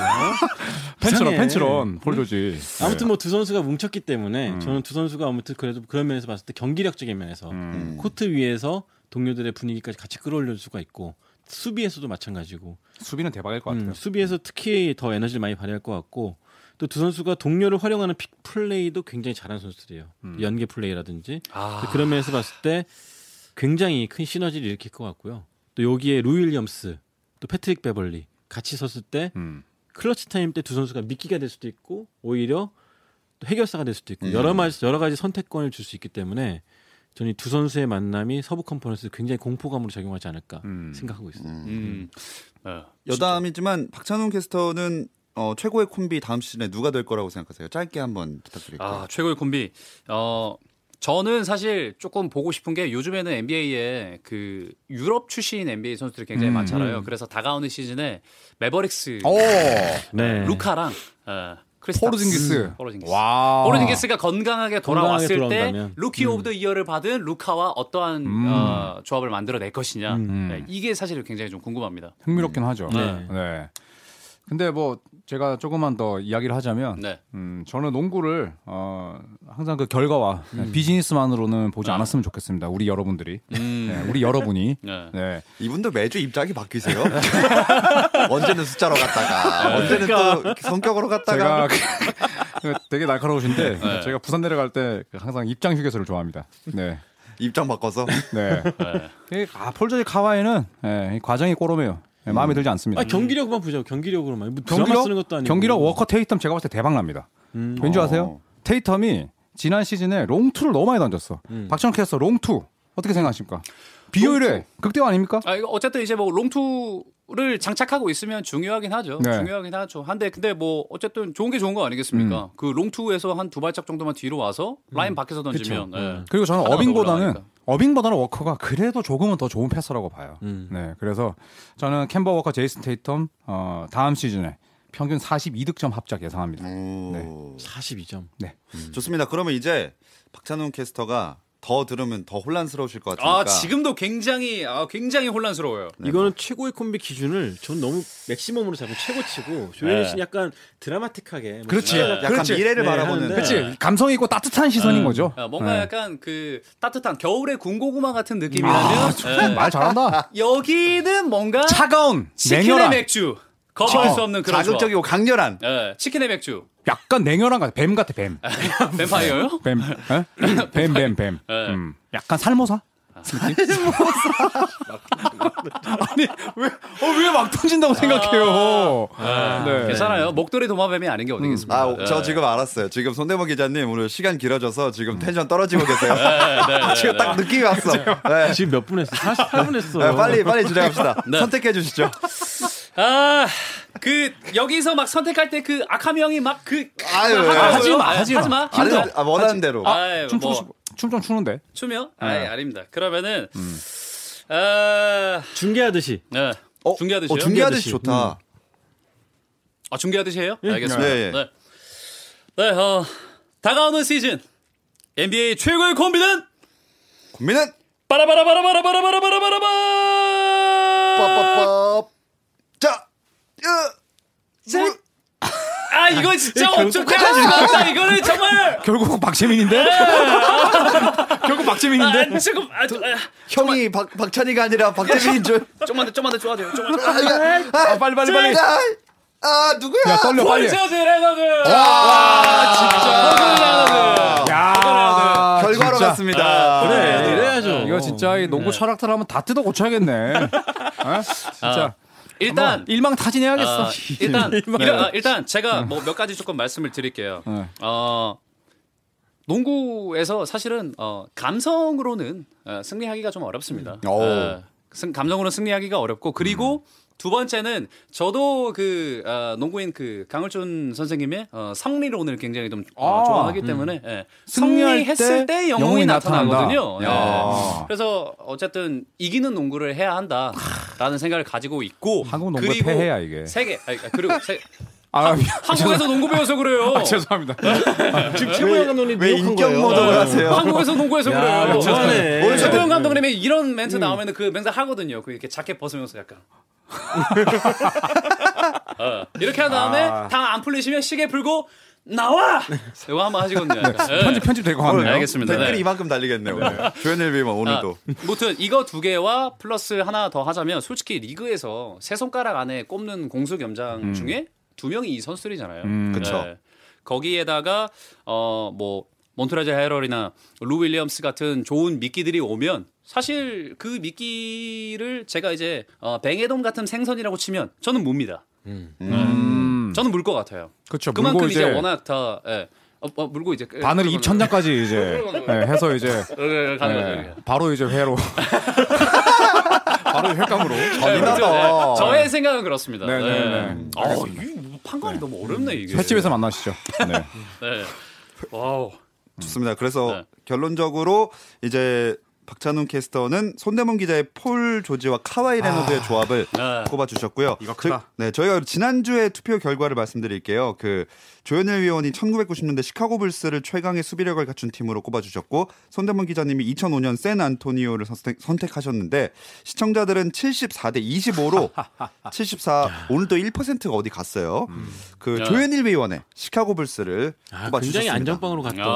S2: 펜치런
S4: 이상해. 음.
S2: 펜치런 폴 조지.
S4: 아무튼 뭐 두 선수가 뭉쳤기 때문에 저는 두 선수가 아무튼 그래도 그런 면에서 봤을 때 경기력적인
S2: 네.
S4: 면에서
S2: 음.
S1: 음.
S4: 코트 위에서 동료들의 분위기까지 같이 끌어올릴 수가 있고 수비에서도 마찬가지고
S2: 수비는 대박일 것
S4: 음,
S2: 같아요.
S4: 수비에서 특히 더 에너지를 많이 발휘할 것 같고 또 두 선수가 동료를 활용하는 픽 플레이도 굉장히 잘하는 선수들이에요. 연계 플레이라든지
S3: 아.
S4: 그런 면에서 봤을 때 굉장히 큰 시너지를 일으킬 것 같고요. 또 여기에 루 윌리엄스 또 패트릭 베벌리 같이 섰을 때
S2: 음.
S4: 클러치 타임 때 두 선수가 미끼가 될 수도 있고 오히려 또 해결사가 될 수도 있고 여러 가지 여러 가지 선택권을 줄 수 있기 때문에 저는 이 두 선수의 만남이 서부 컨퍼런스 굉장히 공포감으로 작용하지 않을까
S2: 음.
S4: 생각하고 있습니다.
S3: 음. 예.
S1: 여담이지만 박찬훈 캐스터는 어, 최고의 콤비 다음 시즌에 누가 될 거라고 생각하세요? 짧게 한번 부탁드릴게요.
S3: 아, 최고의 콤비. 어, 저는 사실 조금 보고 싶은 게 요즘에는 NBA에 그 유럽 출신 NBA 선수들이 굉장히
S2: 음.
S3: 많잖아요. 그래서 다가오는 시즌에 매버릭스
S2: 오
S4: 네.
S3: 루카랑 어, 크리스탑스.
S2: 포르징기스.
S3: 포르징기스.
S2: 와.
S3: 포르징기스가 건강하게 돌아왔을
S4: 아. 건강하게
S3: 때
S4: 돌아온다면. 음.
S3: 루키 오브 더 이어를 받은 루카와 어떠한
S2: 음.
S3: 어, 조합을 만들어낼 것이냐.
S4: 음.
S3: 네, 이게 사실 굉장히 좀 궁금합니다.
S2: 흥미롭긴 하죠.
S4: 네.
S2: 네. 근데 뭐 제가 조금만 더 이야기를 하자면
S3: 네.
S2: 음, 저는 농구를 어, 항상 그 결과와 비즈니스만으로는 보지
S3: 아.
S2: 않았으면 좋겠습니다. 우리 여러분들이, 네, 우리 여러분이,
S3: 네.
S2: 네,
S1: 이분도 매주 입장이 바뀌세요. 언제는 숫자로 갔다가 언제는 또 이렇게 성격으로 갔다가
S2: 제가 그- 되게 날카로우신데 네, 제가 부산 내려갈 때그 항상 입장 휴게소를 좋아합니다. 네,
S1: 입장 바꿔서
S2: 네.
S3: 네.
S2: 이- 아 폴저지 카와이는 네, 이 과정이 꼬로매요. 네, 마음에 들지 않습니다.
S4: 아 경기력만 보자고 경기력으로만 뭐 드라마 쓰는 것도
S2: 경기력,
S4: 아니고
S2: 경기력 워커 테이텀 제가 봤을 때 대박 납니다.
S4: 음.
S2: 왠지
S1: 어.
S2: 아세요? 테이텀이 지난 시즌에 롱투를 너무 많이 던졌어. 박찬호 캐스터 롱투 어떻게 생각하십니까? 비효율의 극대화 아닙니까?
S3: 아 이거 어쨌든 이제 뭐 롱투를 장착하고 있으면 중요하긴 하죠.
S2: 네.
S3: 중요하긴 하죠. 한데 근데 뭐 어쨌든 좋은 게 좋은 거 아니겠습니까?
S4: 음.
S3: 그 롱투에서 한 두 발짝 정도만 뒤로 와서 라인 밖에서 던지면
S4: 그쵸.
S3: 예.
S4: 음.
S2: 그리고 저는
S3: 하나가
S2: 어빙보다는
S3: 올라가니까.
S2: 어빙보다는 워커가 그래도 조금은 더 좋은 패서라고 봐요.
S4: 음.
S2: 네, 그래서 저는 캔버 워커, 제이슨 테이텀 어, 다음 시즌에 평균 42득점 합작 예상합니다.
S1: 오.
S4: 42점.
S1: 좋습니다. 그러면 이제 박찬훈 캐스터가 더 들으면 더 혼란스러우실 것
S4: 그러니까.
S1: 같으니까.
S3: 아 지금도 굉장히 아 굉장히 혼란스러워요.
S4: 이거는 최고의 콤비 기준을 전 너무 맥시멈으로 잡고 최고치고 조현일 씨는 약간 드라마틱하게 뭐
S2: 그렇지.
S4: 시야가
S1: 약간
S2: 그렇지.
S1: 미래를
S4: 네,
S1: 바라보는.
S4: 하는데.
S2: 그렇지 감성 있고 따뜻한 시선인 거죠.
S3: 아, 뭔가
S2: 네.
S3: 약간 그 따뜻한 겨울의 군고구마 같은
S2: 아,
S3: 느낌이라면
S2: 좋다. 말 잘한다.
S3: 예. 여기는 뭔가
S2: 차가운
S3: 치킨의
S2: 냉혈한
S3: 맥주 거부할 수 없는 그런 조합.
S1: 자극적이고 강렬한.
S3: 예, 치킨의 맥주
S2: 약간 냉혈한 같아. 뱀 같아 뱀.
S3: 뱀파이어요?
S2: 뱀, 어? 뱀, 뱀, 뱀.
S3: 네.
S2: 음, 약간 살모사? 살모사. 아니 왜 어 왜 막 던진다고 생각해요? 네.
S3: 괜찮아요. 목도리 도마뱀이 아닌 게 어디겠습니까?
S1: 아, 저 지금 알았어요. 지금 손대범 기자님 오늘 시간 길어져서 지금 텐션 떨어지고 계세요. 음.
S3: 네,
S1: 지금 딱 느낌이 왔어. 네.
S4: 지금 몇 분 했어? 48분 했어.
S1: 네, 빨리 빨리 진행합시다.
S3: 네.
S1: 선택해 주시죠.
S3: 아, 그 여기서 막 선택할 때 그 아카미 형이 막 그
S1: 아유,
S3: 하지
S1: 아유.
S3: 마, 하지 마, 하지 마.
S1: 아니,
S3: 힘들어.
S1: 아, 원하는 대로.
S3: 아유,
S2: 춤추고
S3: 뭐,
S2: 싶어. 춤좀 추는데.
S3: 추며? 아, 아닙니다. 그러면은 아,
S4: 중계하듯이.
S3: 네.
S1: 어,
S3: 중계하듯이요?
S1: 어, 중계하듯이 음. 좋다.
S3: 아, 중계하듯이 해요? 알겠습니다.
S1: 예, 예.
S3: 네. 네, 어, 다가오는 시즌 NBA 최고의 콤비는
S1: 고민은
S3: 빠라바라바라바라바라바라바라바.
S1: 빠빠빠. 자. 으. 물-
S3: 아, 이거 진짜 엄청 대단한 거다. 이거는 정말
S2: 결국 박재민인데? 결국 박재민인데?
S3: 아, 지금 아, 아,
S1: 형이 박 박찬이가 아니라 박재민인 줄.
S3: 좀만 더 좀만 더 좋아져요. 좀만 더.
S1: 아,
S2: 빨리, 빨리, 빨리.
S1: 아, 아, 누구야?
S2: 야, 떨려, 빨리.
S3: 폴저드 레너드.
S1: 아, 진짜.
S2: 야,
S1: 결과로
S2: 진짜.
S3: 아,
S1: 갔습니다.
S4: 그래, 이래야죠.
S2: 이거 진짜 이 농구 철학들 하면 다 뜯어 고쳐야겠네. 어? 진짜.
S3: 일단
S2: 일망타진해야겠어.
S3: 아, 일단 이런- 아, 일단 제가 뭐 몇 가지 조금 말씀을 드릴게요.
S2: 네.
S3: 어 농구에서 사실은 어 감성으로는 어, 승리하기가 좀 어렵습니다.
S2: 음.
S1: 오.
S3: 어, 승- 감성으로는 승리하기가 어렵고 그리고 두 번째는 저도 그 아, 농구인 그 강을준 선생님의 어, 성리론을 굉장히 좀 어,
S2: 아,
S3: 좋아하기 때문에 예.
S2: 승리할 때
S3: 성리했을 때 영웅이,
S2: 영웅이
S3: 나타나거든요.
S2: 나타난다. 야.
S3: 예. 그래서 어쨌든 이기는 농구를 해야 한다라는 생각을 가지고 있고
S2: 한국 농구
S3: 그리고
S2: 패해야 이게.
S3: 세계 아니, 그러니까 그리고 세,
S2: 아, 미안.
S3: 한국에서 농구 배워서 그래요.
S2: 아, 죄송합니다.
S4: 지금 최고의 감독님
S1: 왜
S4: 미혹한
S1: 인격
S4: 거예요.
S1: 모독을 하세요? 어,
S3: 한국에서 농구해서
S4: 야,
S3: 그래요.
S1: 그렇죠.
S4: 아, 괜찮네.
S3: 오늘 최태형 감독님이 이런 멘트
S2: 음.
S3: 나오면 그 멘트 하거든요. 그 이렇게 자켓 벗으면서 약간. 어, 이렇게 한 다음에
S2: 아.
S3: 당 안 풀리시면 시계 풀고 나와. 이거 한번 하시거든요. 예.
S2: 네. 편집 편집 될것 같네요.
S3: 알겠습니다.
S1: 댓글이
S3: 네.
S1: 이만큼 달리겠네요. 오늘. 조현일 비만 오늘도.
S3: 아, 무튼 이거 두 개와 플러스 하나 더 하자면 솔직히 리그에서 세 손가락 안에 꼽는 공수 겸장 중에 두 명이 이 선수들이잖아요.
S2: 음.
S1: 그쵸.
S3: 거기에다가 어뭐 몬트라제 헤럴이나 루 윌리엄스 같은 좋은 미끼들이 오면 사실 그 미끼를 제가 이제 어, 뱅에돔 같은 생선이라고 치면 저는 뭡니다.
S2: 음.
S3: 저는 물 것 같아요.
S2: 그렇죠.
S3: 그만큼
S2: 물고
S3: 이제,
S2: 이제
S3: 워낙 다 예. 어, 어, 물고 이제
S2: 바늘 이 입천장까지 이제 네, 해서 이제
S3: 가는
S2: 네,
S3: 거죠.
S2: 바로 이제 회로 바로 횟감으로
S1: 아,
S3: 네,
S1: 민하다.
S3: 그렇죠. 네. 저의 생각은 그렇습니다.
S2: 네, 네, 네.
S3: 아, 이 판관이 너무 어렵네 이게.
S2: 횟집에서 만나시죠. 네.
S3: 네. 와우.
S1: 좋습니다. 그래서
S3: 네.
S1: 결론적으로 이제 박찬훈 캐스터는 손대문 기자의 폴 조지와
S4: 아.
S1: 카와이 레너드의 조합을
S3: 네.
S1: 꼽아주셨고요.
S2: 이거 크다.
S1: 저- 네, 저희가 지난주에 투표 결과를 말씀드릴게요. 그 조현일 위원이 1990년대 시카고 불스를 최강의 수비력을 갖춘 팀으로 꼽아주셨고 손대문 기자님이 2005년 샌 안토니오를 선택, 선택하셨는데 시청자들은 74대 25로 74 오늘도 1%가 어디 갔어요. 그
S3: 야.
S1: 조현일 위원의 시카고 불스를
S4: 음. 아,
S1: 꼽아주셨습니다.
S4: 굉장히 안전빵으로 갔던.
S3: 야.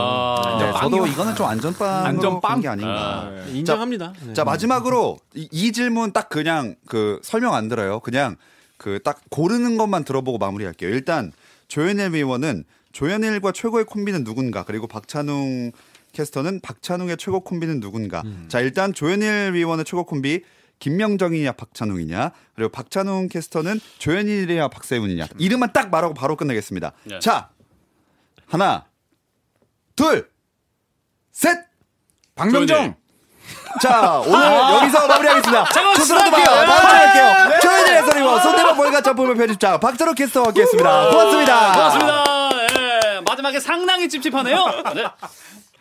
S1: 네,
S2: 아,
S1: 저도
S2: 빵이요?
S1: 이거는 좀 안전빵으로
S2: 안전빵?
S1: 간게 아닌가.
S4: 네, 인정합니다. 네.
S1: 자 마지막으로 이, 이 질문 딱 그냥 그 설명 안 들어요. 그냥 그 딱 고르는 것만 들어보고 마무리할게요. 일단 조현일 위원은 조현일과 최고의 콤비는 누군가 그리고 박찬웅 캐스터는 박찬웅의 최고 콤비는 누군가. 자 일단 조현일 위원의 최고 콤비 김명정이냐 박찬웅이냐 그리고 박찬웅 캐스터는 조현일이냐 박세훈이냐 이름만 딱 말하고 바로 끝내겠습니다.
S3: 네.
S1: 자 하나 둘 셋.
S2: 박명정
S3: 조현일.
S1: 자 오늘 여기서 마무리하겠습니다.
S3: 잠깐만,
S1: 초스라도 봐요. 네.
S3: 수고할게요.
S1: 다음 주에 할게요. 조현일 해설위원 손대범 월간 점프물 편집장 박철호 캐스터와
S2: 아.
S1: 함께했습니다. 고맙습니다.
S3: 고맙습니다. 예. 마지막에 상당히 찝찝하네요. 네.